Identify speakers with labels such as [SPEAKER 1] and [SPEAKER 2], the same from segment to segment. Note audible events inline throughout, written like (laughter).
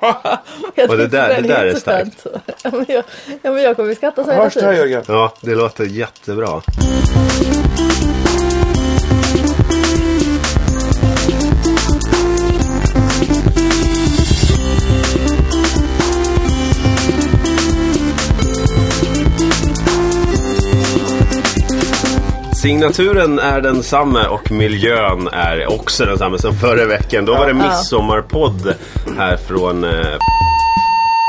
[SPEAKER 1] Jag
[SPEAKER 2] Och det
[SPEAKER 1] tyckte
[SPEAKER 2] där- det där är
[SPEAKER 1] lite
[SPEAKER 2] starkt.
[SPEAKER 1] skönt. Ja, men jag, ja, men jag kommer skratta så hela
[SPEAKER 3] Hörs det här
[SPEAKER 1] tiden.
[SPEAKER 3] Jörgen?
[SPEAKER 2] Ja, det låter jättebra. Signaturen är densamme och miljön är också densamme sen förra veckan. Då var det midsommarpodd här från eh,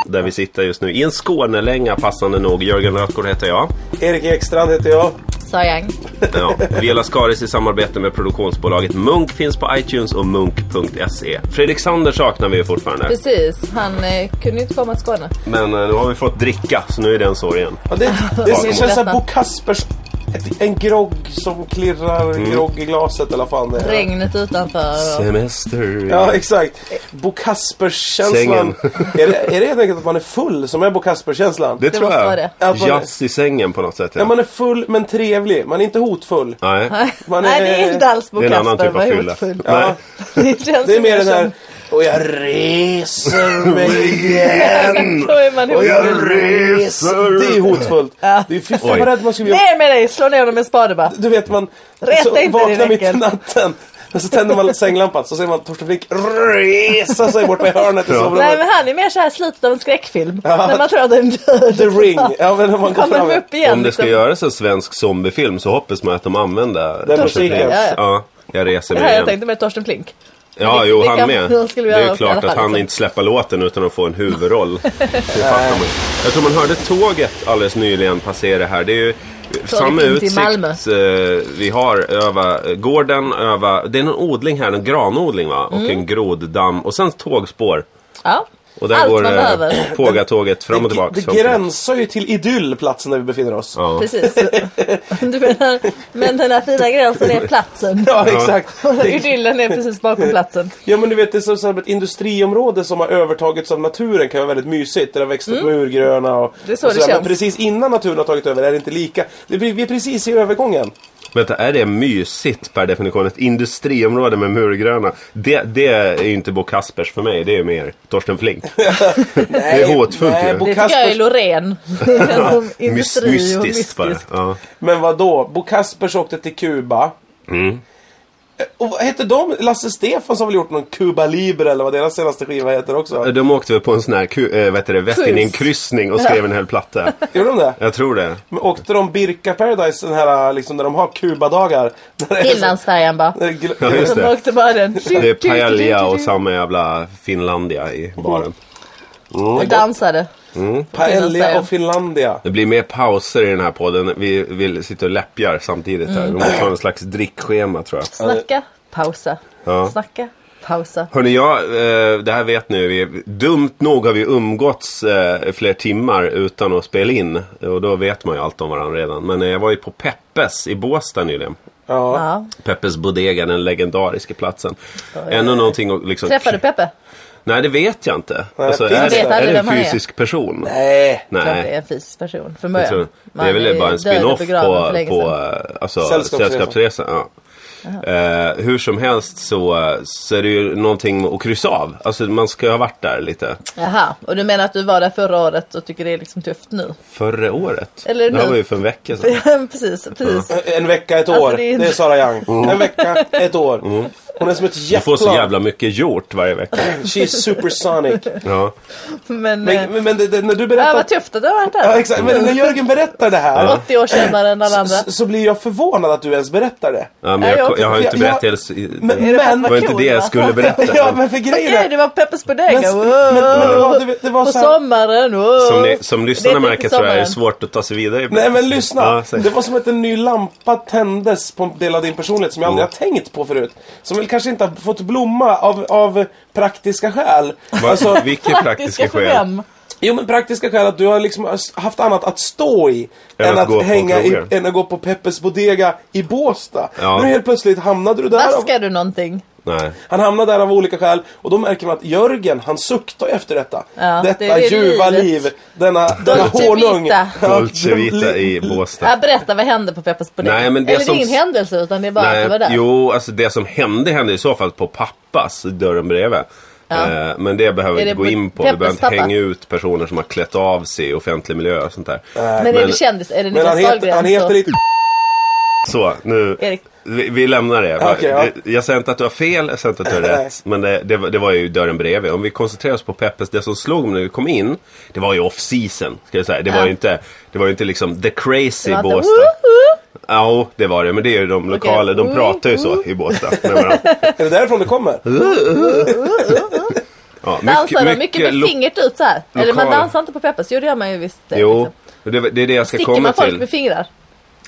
[SPEAKER 2] där vi sitter just nu. I en Skånelänga passande nog. Jörgen Rötgård heter jag.
[SPEAKER 3] Erik Ekstrand heter jag.
[SPEAKER 1] Sa Yang.
[SPEAKER 2] Ja. Vela Skaris i samarbete med produktionsbolaget Munk finns på iTunes och munk.se. Fredrik Sander saknar vi ju fortfarande.
[SPEAKER 1] Precis, han eh, kunde inte komma till Skåne.
[SPEAKER 2] Men eh, nu har vi fått dricka så nu är den sorgen.
[SPEAKER 3] Ja, det det
[SPEAKER 1] Bakom.
[SPEAKER 3] känns som Bo Kaspers... Ett, en grogg som klirrar, en grogg i glaset eller vad fan det är.
[SPEAKER 1] Regnet utanför. och-
[SPEAKER 2] Semester.
[SPEAKER 3] Ja, exakt. Bo Kaspers-känslan.
[SPEAKER 2] Sängen.
[SPEAKER 3] (laughs) Är det, är det helt enkelt att man är full som är Bo Kaspers-känslan?
[SPEAKER 2] det tror
[SPEAKER 1] måste vara
[SPEAKER 2] jag.
[SPEAKER 1] det.
[SPEAKER 3] Att man-
[SPEAKER 2] Jazz i sängen på något sätt.
[SPEAKER 3] Ja,
[SPEAKER 2] Ja.
[SPEAKER 3] man är full men trevlig. Man är inte hotfull.
[SPEAKER 2] Nej.
[SPEAKER 3] Man
[SPEAKER 1] Nej, det är inte alls Bo
[SPEAKER 2] Det är en annan
[SPEAKER 1] Kasper,
[SPEAKER 2] typ av
[SPEAKER 1] vad
[SPEAKER 2] fylla.
[SPEAKER 1] hotfull. (laughs)
[SPEAKER 2] Nej.
[SPEAKER 1] Det, känns
[SPEAKER 3] Det är
[SPEAKER 1] som
[SPEAKER 3] mer
[SPEAKER 1] jag
[SPEAKER 3] den här...
[SPEAKER 1] känner-
[SPEAKER 3] Och jag reser
[SPEAKER 2] (laughs)
[SPEAKER 3] mig igen.
[SPEAKER 1] Då är man
[SPEAKER 3] Och jag
[SPEAKER 1] hotfull.
[SPEAKER 3] reser. Det är hotfullt. Det är fy fan
[SPEAKER 2] Oj.
[SPEAKER 3] vad rädd man skulle bli.
[SPEAKER 1] Ner med dig, slå ner dem med spade bara.
[SPEAKER 3] Du vet man
[SPEAKER 1] Res
[SPEAKER 3] så
[SPEAKER 1] dig inte,
[SPEAKER 3] vaknar
[SPEAKER 1] din
[SPEAKER 3] mitt i
[SPEAKER 1] äckel.
[SPEAKER 3] natten. Och så tänder man sänglampan så ser man Torsten Flink resa sig borta i hörnet i
[SPEAKER 1] Nej
[SPEAKER 3] sovrummet.
[SPEAKER 1] men han är mer så här slutet av en skräckfilm.
[SPEAKER 3] Ja.
[SPEAKER 1] När man tror att den dör. liksom.
[SPEAKER 3] The ring. Ja men när man går
[SPEAKER 1] Kommer
[SPEAKER 3] fram.
[SPEAKER 1] de upp igen?
[SPEAKER 2] Om det ska
[SPEAKER 1] liksom.
[SPEAKER 2] göras en svensk zombiefilm så hoppas man att de använder
[SPEAKER 3] Den
[SPEAKER 2] Torsten
[SPEAKER 3] musiken.
[SPEAKER 2] Flinks.
[SPEAKER 1] Ja, ja.
[SPEAKER 2] Ja, jag reser
[SPEAKER 1] Det
[SPEAKER 2] mig
[SPEAKER 1] här jag
[SPEAKER 2] igen.
[SPEAKER 1] tänkte med Torsten Flink.
[SPEAKER 2] Ja,
[SPEAKER 1] Det-
[SPEAKER 2] jo,
[SPEAKER 1] det
[SPEAKER 2] han
[SPEAKER 1] kan-
[SPEAKER 2] med.
[SPEAKER 1] det skulle vi
[SPEAKER 2] Det är
[SPEAKER 1] göra
[SPEAKER 2] ju klart
[SPEAKER 1] i alla
[SPEAKER 2] att
[SPEAKER 1] fall,
[SPEAKER 2] han
[SPEAKER 1] liksom.
[SPEAKER 2] inte släpper låten utan att få en
[SPEAKER 1] (laughs)
[SPEAKER 2] huvudroll. Det fattar man. Jag tror man hörde tåget alldeles nyligen passera här. Det är ju samma
[SPEAKER 1] in till
[SPEAKER 2] utsikt
[SPEAKER 1] Malmö.
[SPEAKER 2] eh, vi har över eh, gården, över... Det är någon odling här, en granodling va? Och
[SPEAKER 1] Mm.
[SPEAKER 2] en groddamm. Och sen tågspår.
[SPEAKER 1] Ja.
[SPEAKER 2] Och där
[SPEAKER 1] Allt
[SPEAKER 2] går
[SPEAKER 1] man
[SPEAKER 2] eh,
[SPEAKER 1] behöver.
[SPEAKER 2] pågatåget fram och tillbaka.
[SPEAKER 3] Det
[SPEAKER 2] fram och tillbaka.
[SPEAKER 3] gränsar ju till idyll platsen där vi befinner oss.
[SPEAKER 2] Ja.
[SPEAKER 1] Precis. (laughs) Du menar, men den här fina gränsen är platsen.
[SPEAKER 3] Ja, exakt.
[SPEAKER 1] (laughs) Idyllen är precis bakom platsen.
[SPEAKER 3] Ja men du vet det är som så här ett industriområde som har övertagits av naturen kan vara väldigt mysigt. Där det har växt upp murgröna och,
[SPEAKER 1] Mm. Det är så
[SPEAKER 3] och
[SPEAKER 1] det
[SPEAKER 3] sådär. Men
[SPEAKER 1] känns.
[SPEAKER 3] precis innan naturen har tagit över är det inte lika. Det blir, vi är precis i övergången.
[SPEAKER 2] Vänta, är det mysigt per definition? Ett industriområde med murgröna. Det, det är ju inte Bo Kaspers för mig, det är mer Torsten Flink. det är hotfullt
[SPEAKER 3] nej,
[SPEAKER 2] ju.
[SPEAKER 3] Bo
[SPEAKER 1] Det tycker jag är
[SPEAKER 3] Kaspers-
[SPEAKER 1] Loreen. Industri
[SPEAKER 2] Mys-
[SPEAKER 1] och
[SPEAKER 2] mystiskt bara.
[SPEAKER 1] mystiskt.
[SPEAKER 2] Ja.
[SPEAKER 3] Men vad då? Bo Kaspers åkte till Kuba.
[SPEAKER 2] Mm.
[SPEAKER 3] Eh, Och vad hette de? Lasse Stefans har väl gjort någon Cuba Libre eller vad deras senaste skiva heter också?
[SPEAKER 2] De åkte väl på en sån här ku- äh, vad heter det, västindienkryssning och skrev en hel platta.
[SPEAKER 3] Gjorde de det?
[SPEAKER 2] Jag tror det.
[SPEAKER 3] Men åkte de Birka Paradise den här liksom när de har Kubadagar? (laughs) När det är så-
[SPEAKER 1] Finlandsfärjan bara.
[SPEAKER 3] när det gl-
[SPEAKER 2] Ja, just
[SPEAKER 1] De
[SPEAKER 2] det.
[SPEAKER 1] åkte bara den.
[SPEAKER 2] Det är paella och samma jävla Finlandia i baren.
[SPEAKER 1] Och dansade.
[SPEAKER 3] Paella
[SPEAKER 1] Finlandsfärjan.
[SPEAKER 3] och Finlandia.
[SPEAKER 2] Det blir mer pauser i den här podden. Vi vill sitta och läppjar samtidigt
[SPEAKER 1] Mm.
[SPEAKER 2] här. Vi måste ha en slags drickschema tror jag.
[SPEAKER 1] Snacka, pausa.
[SPEAKER 2] Ja.
[SPEAKER 1] Snacka, pausa.
[SPEAKER 2] Hörni, jag, eh, det här vet ni. Vi, dumt nog har vi umgåtts eh, fler timmar utan att spela in. Och då vet man ju allt om varandra redan. Men eh, jag var ju på Peppes i Båstad nyligen.
[SPEAKER 3] Ja.
[SPEAKER 1] Ja.
[SPEAKER 2] Peppes Bodega, den legendariska platsen. Ännu någonting att liksom...
[SPEAKER 1] Träffade du Peppe?
[SPEAKER 2] Nej, det vet jag inte. Alltså,
[SPEAKER 3] finns det?
[SPEAKER 2] är, det, är
[SPEAKER 1] Vet aldrig
[SPEAKER 2] det en
[SPEAKER 1] vem han är.
[SPEAKER 2] fysisk person?
[SPEAKER 3] Nej.
[SPEAKER 1] Klart det är
[SPEAKER 2] Nej.
[SPEAKER 1] en fysisk person.
[SPEAKER 2] Jag tror,
[SPEAKER 1] Förmögen.
[SPEAKER 2] det är väl bara en spin-off på, på eh, alltså,
[SPEAKER 3] Sällskapsresan.
[SPEAKER 2] Sällskapsresan. Ja. Eh, hur som helst så, så är det ju någonting att kryssa av. Alltså man ska ju ha varit där lite.
[SPEAKER 1] Jaha, och du menar att du var där förra året och tycker det är liksom tufft nu?
[SPEAKER 2] Förra året?
[SPEAKER 1] Eller
[SPEAKER 2] det här
[SPEAKER 1] nu.
[SPEAKER 2] var ju för en vecka
[SPEAKER 1] (laughs)
[SPEAKER 2] sedan.
[SPEAKER 1] precis, precis.
[SPEAKER 3] En vecka, ett år.
[SPEAKER 1] Alltså,
[SPEAKER 3] det,
[SPEAKER 1] det
[SPEAKER 3] är
[SPEAKER 1] är-
[SPEAKER 3] Sara Young. En vecka, ett år. Hon är som ett
[SPEAKER 2] Mm. Du får
[SPEAKER 3] jetplan.
[SPEAKER 2] så jävla mycket gjort varje vecka.
[SPEAKER 3] She's supersonic.
[SPEAKER 2] Ja.
[SPEAKER 1] Men, eh,
[SPEAKER 3] Men, men, men det, det, när du
[SPEAKER 1] ja,
[SPEAKER 3] berättar...
[SPEAKER 1] vad tufft att du har varit
[SPEAKER 3] ja,
[SPEAKER 1] där.
[SPEAKER 3] exakt. Men när Jörgen berättar det här.
[SPEAKER 1] 80 år kännare än alla andra.
[SPEAKER 3] så, så blir jag förvånad att du ens berättar det.
[SPEAKER 2] Ja,
[SPEAKER 1] Ja,
[SPEAKER 2] men jag,
[SPEAKER 1] jag
[SPEAKER 2] ko- jag har ju
[SPEAKER 3] också.
[SPEAKER 2] inte berättat
[SPEAKER 3] Jag-
[SPEAKER 2] hela... s- i-
[SPEAKER 3] Men,
[SPEAKER 2] Det
[SPEAKER 1] det för att
[SPEAKER 3] men,
[SPEAKER 1] man-
[SPEAKER 2] var inte det jag skulle
[SPEAKER 1] (laughs)
[SPEAKER 2] berätta.
[SPEAKER 3] (laughs) ja, men för grejen
[SPEAKER 1] Okej,
[SPEAKER 3] är...
[SPEAKER 1] det var Peppers Bodega.
[SPEAKER 3] Men-
[SPEAKER 1] wow.
[SPEAKER 3] men- men det var- det- det var
[SPEAKER 1] på
[SPEAKER 3] så här-
[SPEAKER 1] sommaren. Wow.
[SPEAKER 2] Som, ni, som lyssnarna
[SPEAKER 1] Det är typ
[SPEAKER 2] märker
[SPEAKER 1] inte
[SPEAKER 2] så är det
[SPEAKER 1] sommaren.
[SPEAKER 2] svårt att ta sig vidare.
[SPEAKER 3] Nej men lyssna.
[SPEAKER 2] Ja, säg.
[SPEAKER 3] Det var som att en ny lampa tändes på en del av din personlighet som jag
[SPEAKER 2] Mm.
[SPEAKER 3] aldrig har tänkt på förut. Som väl kanske inte har fått blomma av, av praktiska skäl.
[SPEAKER 2] Va-
[SPEAKER 1] (laughs)
[SPEAKER 3] Alltså,
[SPEAKER 2] Vilket praktiska skäl.
[SPEAKER 1] program.
[SPEAKER 3] jo men praktiska skäl att du har liksom haft annat att stå i.
[SPEAKER 2] Än
[SPEAKER 3] Än
[SPEAKER 2] att gå
[SPEAKER 3] att,
[SPEAKER 2] på
[SPEAKER 3] hänga i,
[SPEAKER 2] krogar.
[SPEAKER 3] än att gå på Peppes Bodega i Båstad.
[SPEAKER 2] Ja.
[SPEAKER 3] Nu helt plötsligt hamnade du där. av-
[SPEAKER 1] Vaskar du någonting?
[SPEAKER 2] Nej.
[SPEAKER 3] Han hamnar där av olika skäl och då märker man att Jörgen, han suktar ju efter detta.
[SPEAKER 1] Ja,
[SPEAKER 3] detta
[SPEAKER 1] det är det
[SPEAKER 3] ljuva
[SPEAKER 1] livet.
[SPEAKER 3] liv. Denna, denna
[SPEAKER 1] Dolce
[SPEAKER 3] honung.
[SPEAKER 1] Vita.
[SPEAKER 3] Ja,
[SPEAKER 2] Dolce Vita
[SPEAKER 3] li-
[SPEAKER 2] i Båstad.
[SPEAKER 1] Ja, berätta, vad hände på Peppers Bodega?
[SPEAKER 2] Nej, men det
[SPEAKER 1] Eller det
[SPEAKER 2] som-
[SPEAKER 1] är ingen händelse utan det är bara att du var där.
[SPEAKER 2] jo, alltså det som hände hände i så fall på pappas dörren bredvid.
[SPEAKER 1] Ja.
[SPEAKER 2] Eh, Men det behöver vi
[SPEAKER 1] Är
[SPEAKER 2] inte
[SPEAKER 1] det
[SPEAKER 2] gå in på. Vi behöver inte
[SPEAKER 1] Peppers pappa?
[SPEAKER 2] hänga ut personer som har klätt av sig i offentlig miljö och sånt där.
[SPEAKER 1] Men, är det kändis? Är det
[SPEAKER 3] Men han
[SPEAKER 1] Niklas
[SPEAKER 3] heter,
[SPEAKER 1] Dahlgren?
[SPEAKER 3] han
[SPEAKER 1] så-
[SPEAKER 3] heter lite...
[SPEAKER 2] Så, nu.
[SPEAKER 1] Erik.
[SPEAKER 2] Vi, vi lämnar det.
[SPEAKER 3] Okej, ja.
[SPEAKER 2] Det- Jag säger inte att du har fel, jag säger inte
[SPEAKER 3] (laughs)
[SPEAKER 2] att du har rätt. Men det, det, var- det var ju dörren bredvid. Om vi koncentrerar oss på Peppes, det som slog mig när vi kom in, det var ju off-season. Ska jag säga. Det, var
[SPEAKER 1] Ja.
[SPEAKER 2] ju inte, det var ju inte liksom the crazy
[SPEAKER 1] Det var inte-
[SPEAKER 2] Båstad. Ja, jo, det var det. Men det är ju de lokala, de
[SPEAKER 1] Woo,
[SPEAKER 2] pratar ju så i Båstad. med
[SPEAKER 1] (laughs)
[SPEAKER 2] varandra.
[SPEAKER 3] Är det därifrån det kommer?
[SPEAKER 2] Ja,
[SPEAKER 1] Dansar de mycket med
[SPEAKER 2] lo-
[SPEAKER 1] fingret ut så här? Eller man
[SPEAKER 2] lokal.
[SPEAKER 1] dansar inte på Peppers? Jo det gör man ju visst. eh,
[SPEAKER 2] Jo,
[SPEAKER 1] liksom.
[SPEAKER 2] det, det är det jag ska
[SPEAKER 1] Sticker
[SPEAKER 2] komma
[SPEAKER 1] man folk
[SPEAKER 2] till. (laughs)
[SPEAKER 1] med fingrar?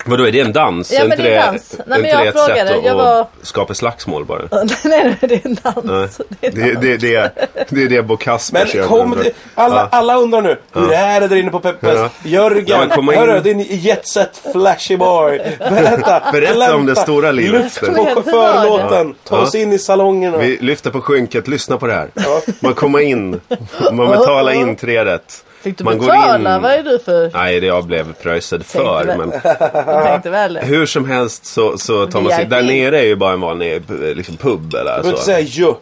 [SPEAKER 2] Vadå, är det en dans?
[SPEAKER 1] Ja, men
[SPEAKER 2] inte
[SPEAKER 1] det är en dans. Nej, men
[SPEAKER 2] inte
[SPEAKER 1] jag
[SPEAKER 2] det ett
[SPEAKER 1] frågade,
[SPEAKER 2] sätt att,
[SPEAKER 1] jag var-
[SPEAKER 2] att skapa slagsmål bara?
[SPEAKER 1] nej, nej, det är en
[SPEAKER 2] Nej.
[SPEAKER 1] dans.
[SPEAKER 2] Det,
[SPEAKER 1] Det är en dans.
[SPEAKER 2] det, det, det är det Bo Kasper
[SPEAKER 3] Men kom, det- alla, alla undrar nu, hur är det där inne på Peppes?
[SPEAKER 2] Ja. Ja,
[SPEAKER 3] Jörgen,
[SPEAKER 2] men komma in.
[SPEAKER 3] hörru din jetset flashy boy. Berätta,
[SPEAKER 2] (laughs) Berätta
[SPEAKER 3] glänta,
[SPEAKER 2] om det stora livet.
[SPEAKER 3] Lyft
[SPEAKER 2] Kom
[SPEAKER 1] igen,
[SPEAKER 3] på
[SPEAKER 1] förlåt.
[SPEAKER 3] förlåten, ta
[SPEAKER 2] Ja.
[SPEAKER 3] oss in i salongerna.
[SPEAKER 2] Vi lyfter på skynket, lyssna på det här. Man kommer in, man betalar in tre rätt.
[SPEAKER 1] Fick du
[SPEAKER 2] man
[SPEAKER 1] betala? Vad är du för?
[SPEAKER 2] Nej, det jag blev pröjsad
[SPEAKER 1] Tänkte
[SPEAKER 2] för.
[SPEAKER 1] väl.
[SPEAKER 2] Men
[SPEAKER 1] Jag tänkte väl det.
[SPEAKER 2] hur som helst så, så tar man sig...
[SPEAKER 1] VIP.
[SPEAKER 2] Där nere är ju bara en vanlig eh, liksom, pub eller
[SPEAKER 3] Du behöver inte
[SPEAKER 2] så.
[SPEAKER 3] säga ju.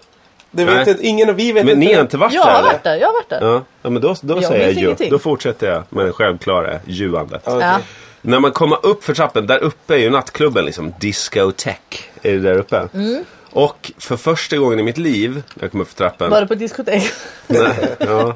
[SPEAKER 3] Det vet
[SPEAKER 2] Nej.
[SPEAKER 3] inte, ingen av vi vet
[SPEAKER 2] Men
[SPEAKER 3] inte.
[SPEAKER 2] ni har
[SPEAKER 3] det.
[SPEAKER 2] inte varit
[SPEAKER 1] Jag
[SPEAKER 2] där
[SPEAKER 1] har
[SPEAKER 2] eller?
[SPEAKER 1] varit där, jag har varit där.
[SPEAKER 2] Ja, ja men då, då
[SPEAKER 1] Jag
[SPEAKER 2] säger jag
[SPEAKER 1] minns
[SPEAKER 2] ju.
[SPEAKER 1] ingenting.
[SPEAKER 2] Då fortsätter jag med det självklara ljuandet.
[SPEAKER 1] Ja.
[SPEAKER 2] När man kommer upp för trappen, där uppe är ju nattklubben liksom. Discotech är det där uppe.
[SPEAKER 1] Mm.
[SPEAKER 2] Och för första gången i mitt liv, när jag kom upp för trappen.
[SPEAKER 1] Var det på diskotek? (laughs)
[SPEAKER 2] Nej, ja.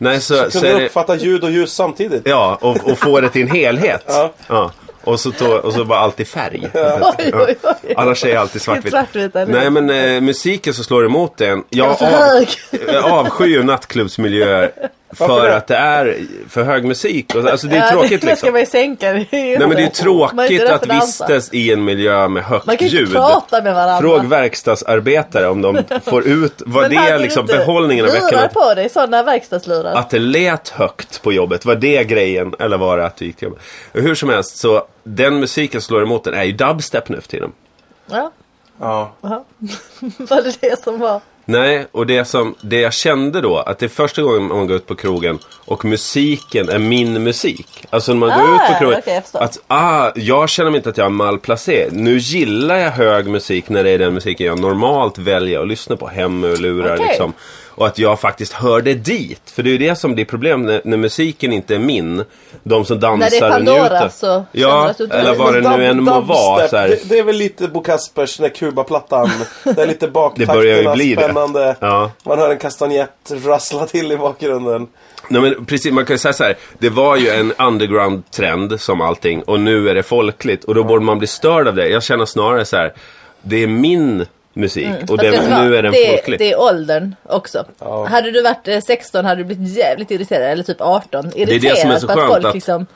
[SPEAKER 2] Nej så, så
[SPEAKER 3] Kunde
[SPEAKER 2] är det,
[SPEAKER 3] uppfatta ljud och ljus samtidigt.
[SPEAKER 2] Ja, och, och få det till en helhet.
[SPEAKER 3] Ja.
[SPEAKER 2] Och, så to, och så bara alltid färg.
[SPEAKER 1] Oj, oj, oj.
[SPEAKER 2] Annars är jag alltid svartvit.
[SPEAKER 1] Ditt (laughs) svartvita,
[SPEAKER 2] Nej
[SPEAKER 1] eller?
[SPEAKER 2] men eh, musiken så slår emot en. Jag,
[SPEAKER 1] var så hög.
[SPEAKER 2] (laughs) jag avskyr ju nattklubbsmiljöer.
[SPEAKER 3] Varför
[SPEAKER 2] För
[SPEAKER 3] det?
[SPEAKER 2] att det är för hög musik. Och, så- alltså det är
[SPEAKER 1] Ja,
[SPEAKER 2] tråkigt
[SPEAKER 1] Det ska
[SPEAKER 2] liksom.
[SPEAKER 1] man ju sänka. Nej
[SPEAKER 2] Nej men det är ju tråkigt att vistas i en miljö med högt
[SPEAKER 1] Man kan ju
[SPEAKER 2] ljud.
[SPEAKER 1] inte prata med varandra.
[SPEAKER 2] Fråg verkstadsarbetare om de får
[SPEAKER 1] (laughs)
[SPEAKER 2] ut, vad det är liksom behållningen av
[SPEAKER 1] Du lurar
[SPEAKER 2] veckan.
[SPEAKER 1] på dig sådana verkstadslurar.
[SPEAKER 2] Att det lät högt på jobbet, var det grejen? Eller var det att du gick till jobbet? Hur som helst, så den musiken slår emot den är ju dubstep nu för tiden.
[SPEAKER 1] Ja,
[SPEAKER 3] Ja.
[SPEAKER 1] aha. (laughs) var det det som var?
[SPEAKER 2] Nej, och det, som, det jag kände då, att det är första gången man går ut på krogen och musiken är min musik. Alltså när man går
[SPEAKER 1] Ah,
[SPEAKER 2] ut på krogen,
[SPEAKER 1] okej, jag förstår.
[SPEAKER 2] att ah, jag känner mig inte att jag är malplacerad. Nu gillar jag hög musik när det är den musiken jag normalt väljer att lyssna på, hemmolurar
[SPEAKER 1] Okej.
[SPEAKER 2] liksom. Och att jag faktiskt hörde dit. För det är ju det som blir problem när, när musiken inte är min. De som dansar
[SPEAKER 1] När det är
[SPEAKER 2] och
[SPEAKER 1] Pandora
[SPEAKER 2] njuter.
[SPEAKER 1] så känner du
[SPEAKER 2] Ja,
[SPEAKER 1] att du inte
[SPEAKER 2] eller
[SPEAKER 1] hör
[SPEAKER 2] vad det
[SPEAKER 1] det.
[SPEAKER 2] nu än må vara.
[SPEAKER 3] Dubstep,
[SPEAKER 2] Så här.
[SPEAKER 3] Det, det är väl lite Bo Kaspers, den där Kuba-plattan. Där lite
[SPEAKER 2] Det
[SPEAKER 3] baktakterna,
[SPEAKER 2] börjar ju bli det.
[SPEAKER 3] spännande.
[SPEAKER 2] Ja.
[SPEAKER 3] Man hör en kastanjett rassla till i bakgrunden.
[SPEAKER 2] Nej men precis, man kan ju säga så här. Det var ju en underground-trend som allting och nu är det folkligt och då borde man bli störd av det. Jag känner snarare så här. Det är min musik och
[SPEAKER 1] Mm. Fast vet du
[SPEAKER 2] den,
[SPEAKER 1] vad?
[SPEAKER 2] nu är den
[SPEAKER 1] det,
[SPEAKER 2] folklig.
[SPEAKER 1] Det är åldern också. Hade du varit eh, 16 hade du blivit jävligt irriterad. Eller typ 18. Irriterad
[SPEAKER 2] det är som är så
[SPEAKER 1] för
[SPEAKER 2] skönt
[SPEAKER 1] att folk
[SPEAKER 2] att-
[SPEAKER 1] liksom...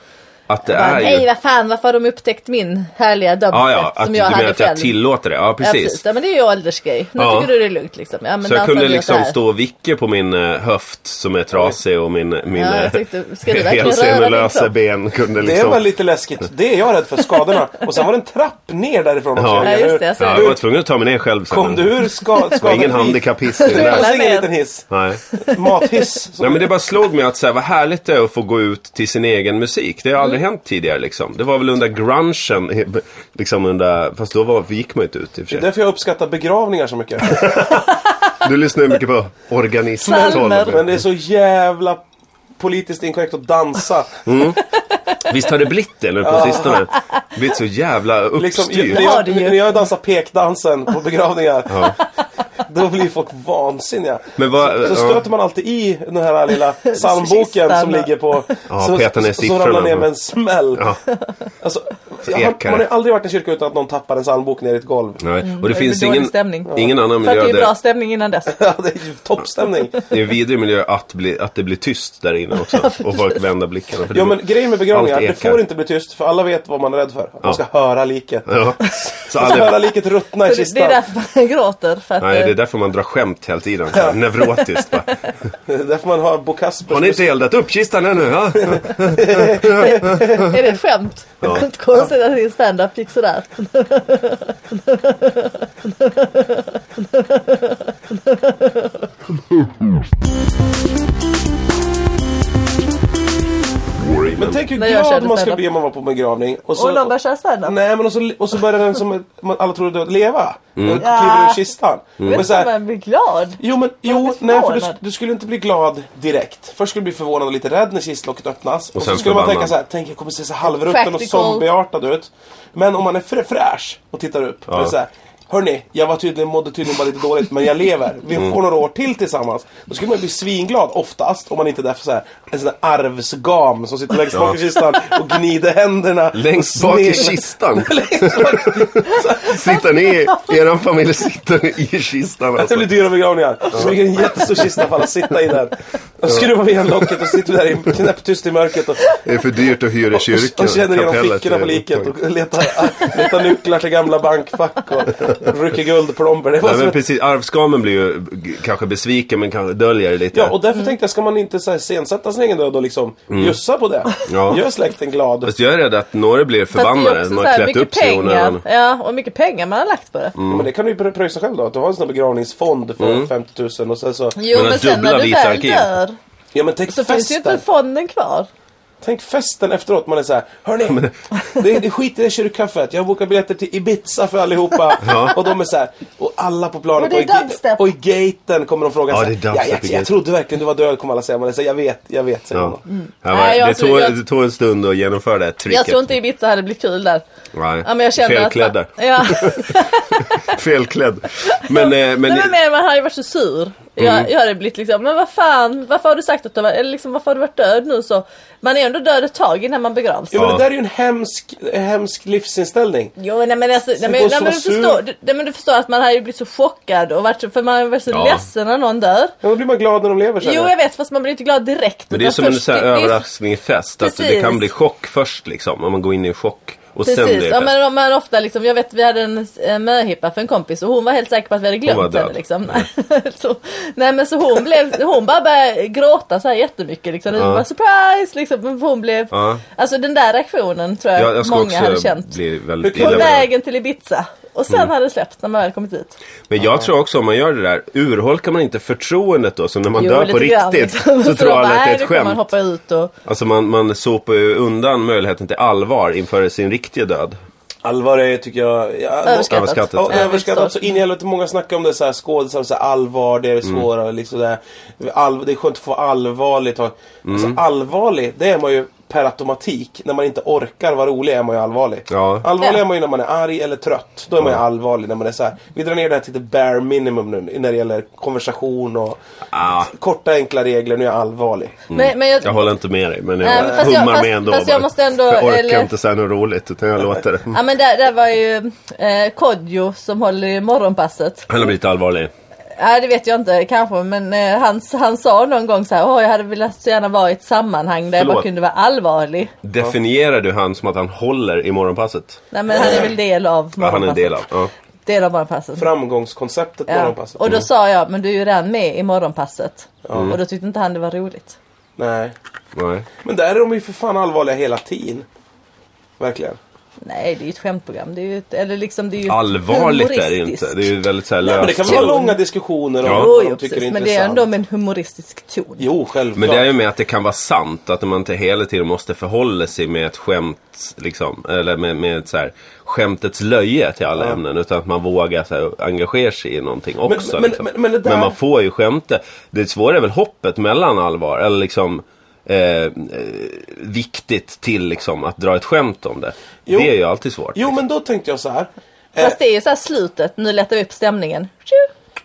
[SPEAKER 2] att det
[SPEAKER 1] Bara,
[SPEAKER 2] är
[SPEAKER 1] Nej,
[SPEAKER 2] ju...
[SPEAKER 1] vad fan, varför har de upptäckt min härliga dubstep
[SPEAKER 2] Ja, ja, att
[SPEAKER 1] som
[SPEAKER 2] du
[SPEAKER 1] jag
[SPEAKER 2] menar
[SPEAKER 1] hade
[SPEAKER 2] att jag
[SPEAKER 1] själv?
[SPEAKER 2] tillåter det. Ja,
[SPEAKER 1] Ja,
[SPEAKER 2] precis.
[SPEAKER 1] precis. Ja, men det är ju åldersgrej. Nu
[SPEAKER 2] Ja.
[SPEAKER 1] tycker du det är lugnt liksom. Ja, men
[SPEAKER 2] Så jag
[SPEAKER 1] dansar
[SPEAKER 2] kunde
[SPEAKER 1] vi
[SPEAKER 2] liksom
[SPEAKER 1] här.
[SPEAKER 2] stå och vicka på min eh, höft som är trasig och min, min
[SPEAKER 1] Ja, jag
[SPEAKER 2] eh,
[SPEAKER 1] tyckte,
[SPEAKER 2] (laughs)
[SPEAKER 1] ska du verkligen
[SPEAKER 2] helsenelösa
[SPEAKER 1] röra din kropp?
[SPEAKER 2] ben kunde
[SPEAKER 3] Det
[SPEAKER 2] liksom...
[SPEAKER 3] var lite läskigt. Det är jag rädd för, skadorna. Och sen var det en trapp ner därifrån också.
[SPEAKER 2] Ja.
[SPEAKER 3] Jörgen.
[SPEAKER 1] Ja, just det, jag ser
[SPEAKER 2] ja, jag var tvungen att ta mig ner själv sen.
[SPEAKER 3] Kom du ur ska,
[SPEAKER 2] Det var ingen handikapphiss i det
[SPEAKER 3] Det
[SPEAKER 2] där.
[SPEAKER 3] fanns ingen
[SPEAKER 1] med.
[SPEAKER 3] liten hiss.
[SPEAKER 2] Nej.
[SPEAKER 3] Mathiss.
[SPEAKER 2] (laughs) Nej men det bara slog mig att så här, vad härligt det är att få gå ut till sin egen musik. Det har aldrig
[SPEAKER 3] Mm.
[SPEAKER 2] hänt tidigare liksom. Det var väl under grungen, eh, liksom under, fast då var, gick man ju inte ut i och
[SPEAKER 3] Det
[SPEAKER 2] för
[SPEAKER 3] är
[SPEAKER 2] sig.
[SPEAKER 3] därför jag uppskattar begravningar så mycket.
[SPEAKER 2] Du lyssnar ju mycket på organism.
[SPEAKER 1] Psalmer.
[SPEAKER 3] Men det är så jävla politiskt inkorrekt att dansa.
[SPEAKER 2] Visst har det blivit det nu på sistone? Blivit så jävla
[SPEAKER 3] Liksom,
[SPEAKER 2] uppstyrt.
[SPEAKER 3] när,
[SPEAKER 1] Det har
[SPEAKER 3] jag,
[SPEAKER 1] det ju.
[SPEAKER 3] när jag dansar pekdansen
[SPEAKER 2] (laughs)
[SPEAKER 3] på begravningar,
[SPEAKER 2] Ja.
[SPEAKER 3] då blir folk vansinniga.
[SPEAKER 2] Men vad,
[SPEAKER 3] Så
[SPEAKER 2] ja.
[SPEAKER 3] stöter man alltid i den här
[SPEAKER 2] (laughs)
[SPEAKER 3] lilla psalmboken
[SPEAKER 1] Kistan,
[SPEAKER 3] som
[SPEAKER 1] va?
[SPEAKER 3] ligger på...
[SPEAKER 2] Ja,
[SPEAKER 3] som,
[SPEAKER 2] petar ner
[SPEAKER 3] som- som ramlar
[SPEAKER 2] siffrorna.
[SPEAKER 3] ner med en smäll.
[SPEAKER 2] Ja.
[SPEAKER 3] Alltså, jag har,
[SPEAKER 2] ekar
[SPEAKER 3] man har
[SPEAKER 2] det.
[SPEAKER 3] aldrig varit i en kyrka utan att någon tappar en psalmbok ner i ett golv.
[SPEAKER 2] Nej. Och det
[SPEAKER 1] Det
[SPEAKER 2] finns
[SPEAKER 1] blir dålig
[SPEAKER 2] ingen,
[SPEAKER 1] stämning.
[SPEAKER 2] ingen annan
[SPEAKER 1] För att det
[SPEAKER 2] miljö
[SPEAKER 1] är bra
[SPEAKER 2] där,
[SPEAKER 1] stämning innan dess.
[SPEAKER 3] (laughs) Ja, det är ju toppstämning.
[SPEAKER 2] det är en vidrig miljö att, bli, att det blir tyst där inne också. Och folk vänder blickarna. För det
[SPEAKER 3] Ja
[SPEAKER 2] blir-
[SPEAKER 3] men grejen med begravningar,
[SPEAKER 2] Allt
[SPEAKER 3] det
[SPEAKER 2] ekar.
[SPEAKER 3] får inte bli tyst för alla vet vad man är rädd för. Att man ska höra liket.
[SPEAKER 2] ja.
[SPEAKER 3] (laughs)
[SPEAKER 2] Så
[SPEAKER 3] Man ska
[SPEAKER 2] aldrig,
[SPEAKER 3] höra liket ruttna i
[SPEAKER 1] Så det, det är
[SPEAKER 3] kistan.
[SPEAKER 1] därför man gråter. För att,
[SPEAKER 2] nej, det är
[SPEAKER 1] eh,
[SPEAKER 2] därför man drar skämt hela tiden. Så här, (laughs) Neurotiskt bara.
[SPEAKER 3] Det är (laughs) därför man har Bo Kaspers
[SPEAKER 2] Har ni inte eldat upp kistan ännu? Ja?
[SPEAKER 1] (laughs) är det ett skämt? Det är inte konstigt att din standup gick sådär.
[SPEAKER 3] Men tänk hur
[SPEAKER 1] När jag
[SPEAKER 3] glad
[SPEAKER 1] körde
[SPEAKER 3] man skulle
[SPEAKER 1] stand-up.
[SPEAKER 3] bli om man var på begravning. Och så,
[SPEAKER 4] Och de börjar köra standup.
[SPEAKER 3] Nej men och så, och så börjar den som ett- man, alla trodde död leva.
[SPEAKER 2] Mm.
[SPEAKER 3] Och
[SPEAKER 4] Ja.
[SPEAKER 3] kliver ur kistan.
[SPEAKER 4] Vet
[SPEAKER 3] Men
[SPEAKER 4] du
[SPEAKER 3] så
[SPEAKER 4] vad
[SPEAKER 3] här,
[SPEAKER 4] man blir glad?
[SPEAKER 3] jo men
[SPEAKER 4] blir
[SPEAKER 3] jo, nej för du,
[SPEAKER 4] förvånad.
[SPEAKER 3] du skulle inte bli glad direkt. Först skulle du bli förvånad och lite rädd när kistlocket öppnas. Och,
[SPEAKER 2] sen
[SPEAKER 3] så skulle man
[SPEAKER 2] förbannad.
[SPEAKER 3] tänka så här, tänk jag kommer se så halvrutten och
[SPEAKER 1] Practical.
[SPEAKER 3] zombieartad ut. Men om man är frä, fräsch och tittar upp. Ja.
[SPEAKER 2] Ja.
[SPEAKER 3] Det är så här, Hörni, jag var tydligen, mådde tydligen bara lite dåligt men jag lever. Vi
[SPEAKER 2] Mm.
[SPEAKER 3] får några år till tillsammans. Då skulle man bli svinglad oftast om man inte är där för så här, en sån där arvsgam som sitter längst bak i kistan och gnider händerna.
[SPEAKER 2] Längst bak i
[SPEAKER 3] Sned-
[SPEAKER 1] (laughs)
[SPEAKER 2] kistan. sitter ni i, eran familj sitter i kistan
[SPEAKER 3] Det
[SPEAKER 2] alltså.
[SPEAKER 3] blir dyra begravningar. Så blir det en jättestor kista för alla, sitta i den. Och skruvar vi igen locket och sitter där i knäpptyst i mörkret och,
[SPEAKER 2] Det är för dyrt att hyra kyrkan.
[SPEAKER 3] och känner igenom
[SPEAKER 2] kapellet
[SPEAKER 3] fickorna
[SPEAKER 2] är
[SPEAKER 3] på liket
[SPEAKER 2] upptaget.
[SPEAKER 3] och letar, letar nycklar till gamla bankfack och rycker guldplomber. Det var som
[SPEAKER 2] Nej men
[SPEAKER 1] Alltså-
[SPEAKER 3] ett,
[SPEAKER 2] precis, arvsskamen blir ju g- kanske besviken men kanske döljer det lite.
[SPEAKER 3] ja, och därför tänkte jag, ska man inte så här sensätta sin egen död och liksom bjussa på det?
[SPEAKER 2] Mm. Ja.
[SPEAKER 3] Gör släkten glad.
[SPEAKER 2] Fast jag är rädd att några blir förbannade. De
[SPEAKER 1] också
[SPEAKER 2] har
[SPEAKER 1] så här,
[SPEAKER 2] klätt
[SPEAKER 1] mycket
[SPEAKER 2] upp sig i onödan. Mm.
[SPEAKER 1] pengar. Ja, och mycket pengar man har lagt på det.
[SPEAKER 3] Men det kan du ju pr- pröjsa själv då, att du har en sån här begravningsfond för 50 000 och sen så...
[SPEAKER 1] Jo,
[SPEAKER 2] Men
[SPEAKER 1] men,
[SPEAKER 2] att
[SPEAKER 1] sen
[SPEAKER 2] dubbla
[SPEAKER 1] när du
[SPEAKER 2] Vita
[SPEAKER 1] väl
[SPEAKER 2] Arkiv.
[SPEAKER 1] dör
[SPEAKER 3] Ja men tänk
[SPEAKER 1] så finns ju
[SPEAKER 3] festen!
[SPEAKER 1] inte fonden kvar.
[SPEAKER 3] Tänk festen efteråt, man är såhär, hörni, det, det skit i det kyrkkaffet, jag har bokat biljetter till Ibiza för
[SPEAKER 2] (laughs)
[SPEAKER 3] allihopa. Och de är såhär, och alla på
[SPEAKER 4] Och
[SPEAKER 3] planet
[SPEAKER 4] det
[SPEAKER 3] och,
[SPEAKER 4] är
[SPEAKER 3] i, ga-
[SPEAKER 4] dubstep.
[SPEAKER 3] och i gaten kommer de fråga
[SPEAKER 2] Ja,
[SPEAKER 3] så här,
[SPEAKER 2] det
[SPEAKER 3] ja,
[SPEAKER 2] är dubstep
[SPEAKER 3] jag,
[SPEAKER 2] i
[SPEAKER 3] jag,
[SPEAKER 2] gaten."
[SPEAKER 3] trodde verkligen du var död kommer alla säga, man säger jag vet, jag vet säger
[SPEAKER 2] Ja.
[SPEAKER 3] ja.
[SPEAKER 2] Ja,
[SPEAKER 1] Mm. Nej,
[SPEAKER 2] men, det,
[SPEAKER 1] jag tror-
[SPEAKER 2] tog,
[SPEAKER 1] jag-
[SPEAKER 2] det tog en stund att genomföra det här tricket.
[SPEAKER 1] Jag tror inte Ibiza hade blivit kul där.
[SPEAKER 2] Nej.
[SPEAKER 1] Ja, men jag kände
[SPEAKER 2] Felklädda.
[SPEAKER 1] Att,
[SPEAKER 2] (laughs)
[SPEAKER 1] ja.
[SPEAKER 2] Felklädd. Men, eh, men,
[SPEAKER 1] Nej, men mer man hade varit så sur.
[SPEAKER 2] Mm.
[SPEAKER 1] Jag, jag hade blivit liksom, men vad fan, varför har du sagt att du var, eller liksom, varför har du varit död nu så? Man är ändå död ett tag innan man begravs.
[SPEAKER 3] Jo men
[SPEAKER 2] Ja.
[SPEAKER 3] det där är ju en hemsk, en hemsk livsinställning.
[SPEAKER 1] Jo nej men alltså, nej,
[SPEAKER 3] går
[SPEAKER 1] men, nej,
[SPEAKER 3] så
[SPEAKER 1] men du,
[SPEAKER 3] sur.
[SPEAKER 1] förstår, du, nej, men du förstår att man hade ju blivit så chockad och varit så, för man har varit så
[SPEAKER 2] Ja.
[SPEAKER 1] ledsen när någon dör.
[SPEAKER 3] Ja, då blir man glad när de lever
[SPEAKER 1] Jo
[SPEAKER 3] känner
[SPEAKER 1] jag vet fast man blir inte glad direkt.
[SPEAKER 2] men det är
[SPEAKER 1] utan
[SPEAKER 2] som en
[SPEAKER 1] först-
[SPEAKER 2] sån här
[SPEAKER 1] det- det är-
[SPEAKER 2] överraskningsfest. Att det
[SPEAKER 1] Precis.
[SPEAKER 2] kan bli chock först liksom. Om man går in i en chock. Och sen blir
[SPEAKER 1] Precis,
[SPEAKER 2] det
[SPEAKER 1] ja,
[SPEAKER 2] fest.
[SPEAKER 1] men, om man ofta liksom, jag vet vi hade en eh, möhippa för en kompis och hon var helt säker på att vi hade
[SPEAKER 2] Hon var
[SPEAKER 1] glömt
[SPEAKER 2] död.
[SPEAKER 1] henne. Liksom. (laughs) så, nej men så hon blev, hon bara började gråta så här jättemycket liksom. Det var surprise liksom. Men hon blev,
[SPEAKER 2] Ja.
[SPEAKER 1] alltså den där reaktionen tror jag,
[SPEAKER 2] jag, jag skulle
[SPEAKER 1] många hade
[SPEAKER 2] också
[SPEAKER 1] känt.
[SPEAKER 2] bli Mm. väldigt
[SPEAKER 3] Hur
[SPEAKER 1] På
[SPEAKER 2] illa berörd.
[SPEAKER 1] vägen till Ibiza. Och sen hade det släppt när man väl kommit dit.
[SPEAKER 2] Men jag tror också om man gör det där, urholkar man inte förtroendet då? Så när man
[SPEAKER 1] Jo,
[SPEAKER 2] dör på
[SPEAKER 1] lite grann,
[SPEAKER 2] riktigt
[SPEAKER 1] (laughs) liksom.
[SPEAKER 2] så
[SPEAKER 1] de
[SPEAKER 2] tror
[SPEAKER 1] bara,
[SPEAKER 2] alla att det
[SPEAKER 1] "Nej,
[SPEAKER 2] är ett
[SPEAKER 1] nu kommer Man
[SPEAKER 2] skämt.
[SPEAKER 1] hoppa ut och...
[SPEAKER 2] Alltså man, man sopar ju undan möjligheten till allvar inför sin riktiga död.
[SPEAKER 3] Allvar är tycker jag... Ja,
[SPEAKER 1] Överskattat.
[SPEAKER 2] Överskattat,
[SPEAKER 3] Ja,
[SPEAKER 2] ja.
[SPEAKER 3] överskattat så in i helvete. Många snackar om det så här skådisar, så här allvar, det är det
[SPEAKER 2] Mm.
[SPEAKER 3] svåra. Liksom det, all, det är skönt att få allvarligt. Och,
[SPEAKER 2] Mm.
[SPEAKER 3] alltså, allvarlig, det är man ju per automatik. När man inte orkar vara rolig är man ju allvarlig.
[SPEAKER 2] Ja.
[SPEAKER 3] Allvarlig
[SPEAKER 1] Ja.
[SPEAKER 3] är man ju när man är arg eller trött. Då är man ju allvarlig. När man är så här, vi drar ner det här till the bare minimum nu när det gäller konversation och
[SPEAKER 2] Ah.
[SPEAKER 3] korta enkla regler. Nu är jag allvarlig.
[SPEAKER 1] Men, men jag,
[SPEAKER 2] Jag håller inte med dig, men jag
[SPEAKER 1] Nej, men fast jag-
[SPEAKER 2] hummar
[SPEAKER 1] fast-
[SPEAKER 2] med ändå.
[SPEAKER 1] fast jag
[SPEAKER 2] bara.
[SPEAKER 1] måste ändå-
[SPEAKER 2] jag orkar
[SPEAKER 1] eller-
[SPEAKER 2] inte säga något roligt, utan jag låter det.
[SPEAKER 1] (laughs) ja men där, där var ju eh, Kodjo som håller i morgonpasset.
[SPEAKER 2] Han har blivit allvarlig.
[SPEAKER 1] Nej det vet jag inte kanske men eh, han, han sa någon gång så här, "Åh, jag hade velat så gärna vara i ett sammanhang där jag
[SPEAKER 2] Förlåt.
[SPEAKER 1] bara kunde vara allvarlig.
[SPEAKER 2] Definierar du han som att han håller i morgonpasset?
[SPEAKER 1] Nej men han är väl del av
[SPEAKER 2] Ja, han är en
[SPEAKER 1] morgonpasset.
[SPEAKER 2] del av. Ja.
[SPEAKER 1] Del av morgonpasset.
[SPEAKER 3] Framgångskonceptet på
[SPEAKER 1] Ja.
[SPEAKER 3] morgonpasset.
[SPEAKER 1] Och
[SPEAKER 2] Mm.
[SPEAKER 1] då sa jag, men du är ju redan med i morgonpasset. Och då tyckte inte han det var roligt.
[SPEAKER 3] Nej.
[SPEAKER 2] Nej.
[SPEAKER 3] Men där är de ju för fan allvarliga hela tiden. Verkligen.
[SPEAKER 1] Nej det är ju ett skämtprogram. Det är ju ett, eller liksom, det är ju
[SPEAKER 2] Allvarligt är det ju
[SPEAKER 1] humoristiskt.
[SPEAKER 2] inte. Det är ju väldigt så här
[SPEAKER 3] Men det
[SPEAKER 2] löst.
[SPEAKER 3] kan vara
[SPEAKER 1] Ton.
[SPEAKER 3] långa diskussioner om
[SPEAKER 2] Ja.
[SPEAKER 1] Jo,
[SPEAKER 3] vad de
[SPEAKER 1] jo,
[SPEAKER 3] tycker är
[SPEAKER 1] precis,
[SPEAKER 3] intressant.
[SPEAKER 1] men det är ändå med en humoristisk ton.
[SPEAKER 3] Jo, självklart.
[SPEAKER 2] Men det är ju med att det kan vara sant, att man inte hela tiden måste förhålla sig med ett skämt, liksom, eller med, med ett så här, skämtets löje till alla ämnen. Utan att man vågar så här, engagera sig i någonting också.
[SPEAKER 3] men-
[SPEAKER 2] liksom.
[SPEAKER 3] men- men det där-
[SPEAKER 2] man får ju skämta. Det svåra är väl hoppet mellan allvar, eller liksom eh, eh, viktigt till liksom, att dra ett skämt om det.
[SPEAKER 3] Jo.
[SPEAKER 2] Det är ju alltid svårt.
[SPEAKER 3] Jo, men då tänkte jag så här. Eh,
[SPEAKER 1] Fast det är ju så här slutet, nu lättar vi upp stämningen. Tju!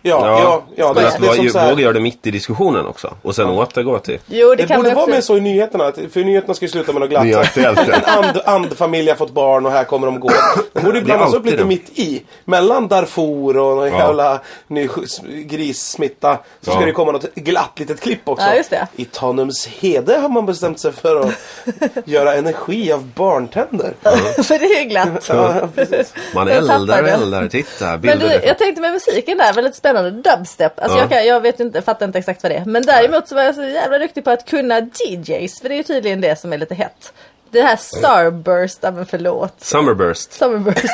[SPEAKER 3] ja, ja, ja,
[SPEAKER 2] men
[SPEAKER 3] det,
[SPEAKER 2] att
[SPEAKER 3] det är
[SPEAKER 2] vara-
[SPEAKER 3] som så
[SPEAKER 2] våga
[SPEAKER 3] här.
[SPEAKER 2] göra det mitt i diskussionen också. Och sen återgå till...
[SPEAKER 1] Jo det,
[SPEAKER 3] Det
[SPEAKER 1] kan
[SPEAKER 3] borde
[SPEAKER 1] man
[SPEAKER 3] vara
[SPEAKER 1] också.
[SPEAKER 3] med så i nyheterna, att- för nyheterna ska ju sluta med något glatt.
[SPEAKER 2] Det är aktuellt, ja.
[SPEAKER 3] En (laughs) and, andfamilj har fått barn och här kommer de gå. Det borde ju blandas upp
[SPEAKER 2] alltid
[SPEAKER 3] lite
[SPEAKER 2] de.
[SPEAKER 3] mitt i. Mellan Darfur och någon
[SPEAKER 2] Ja.
[SPEAKER 3] jävla ny sj- grissmitta. Så ska
[SPEAKER 2] Ja.
[SPEAKER 3] det ju komma något glatt litet klipp också.
[SPEAKER 1] Ja, just det.
[SPEAKER 3] I Tanumshede har man bestämt sig för att
[SPEAKER 1] (laughs)
[SPEAKER 3] göra energi av barntänder.
[SPEAKER 1] För det är ju glatt.
[SPEAKER 3] Ja, precis.
[SPEAKER 2] Man
[SPEAKER 1] Jag
[SPEAKER 2] eldar och
[SPEAKER 1] tappade.
[SPEAKER 2] eldar, titta bilder.
[SPEAKER 1] Men du,
[SPEAKER 2] därifrån.
[SPEAKER 1] jag tänkte med musiken där, väldigt spännande. Dubstep. Alltså
[SPEAKER 2] Ja.
[SPEAKER 1] jag, kan, jag vet inte, fattar inte exakt vad det är. Men däremot så var jag så jävla duktig på att kunna DJs. För det är ju tydligen det som är lite hett. Det här Starburst, ja men förlåt.
[SPEAKER 2] Summerburst.
[SPEAKER 1] Summerburst.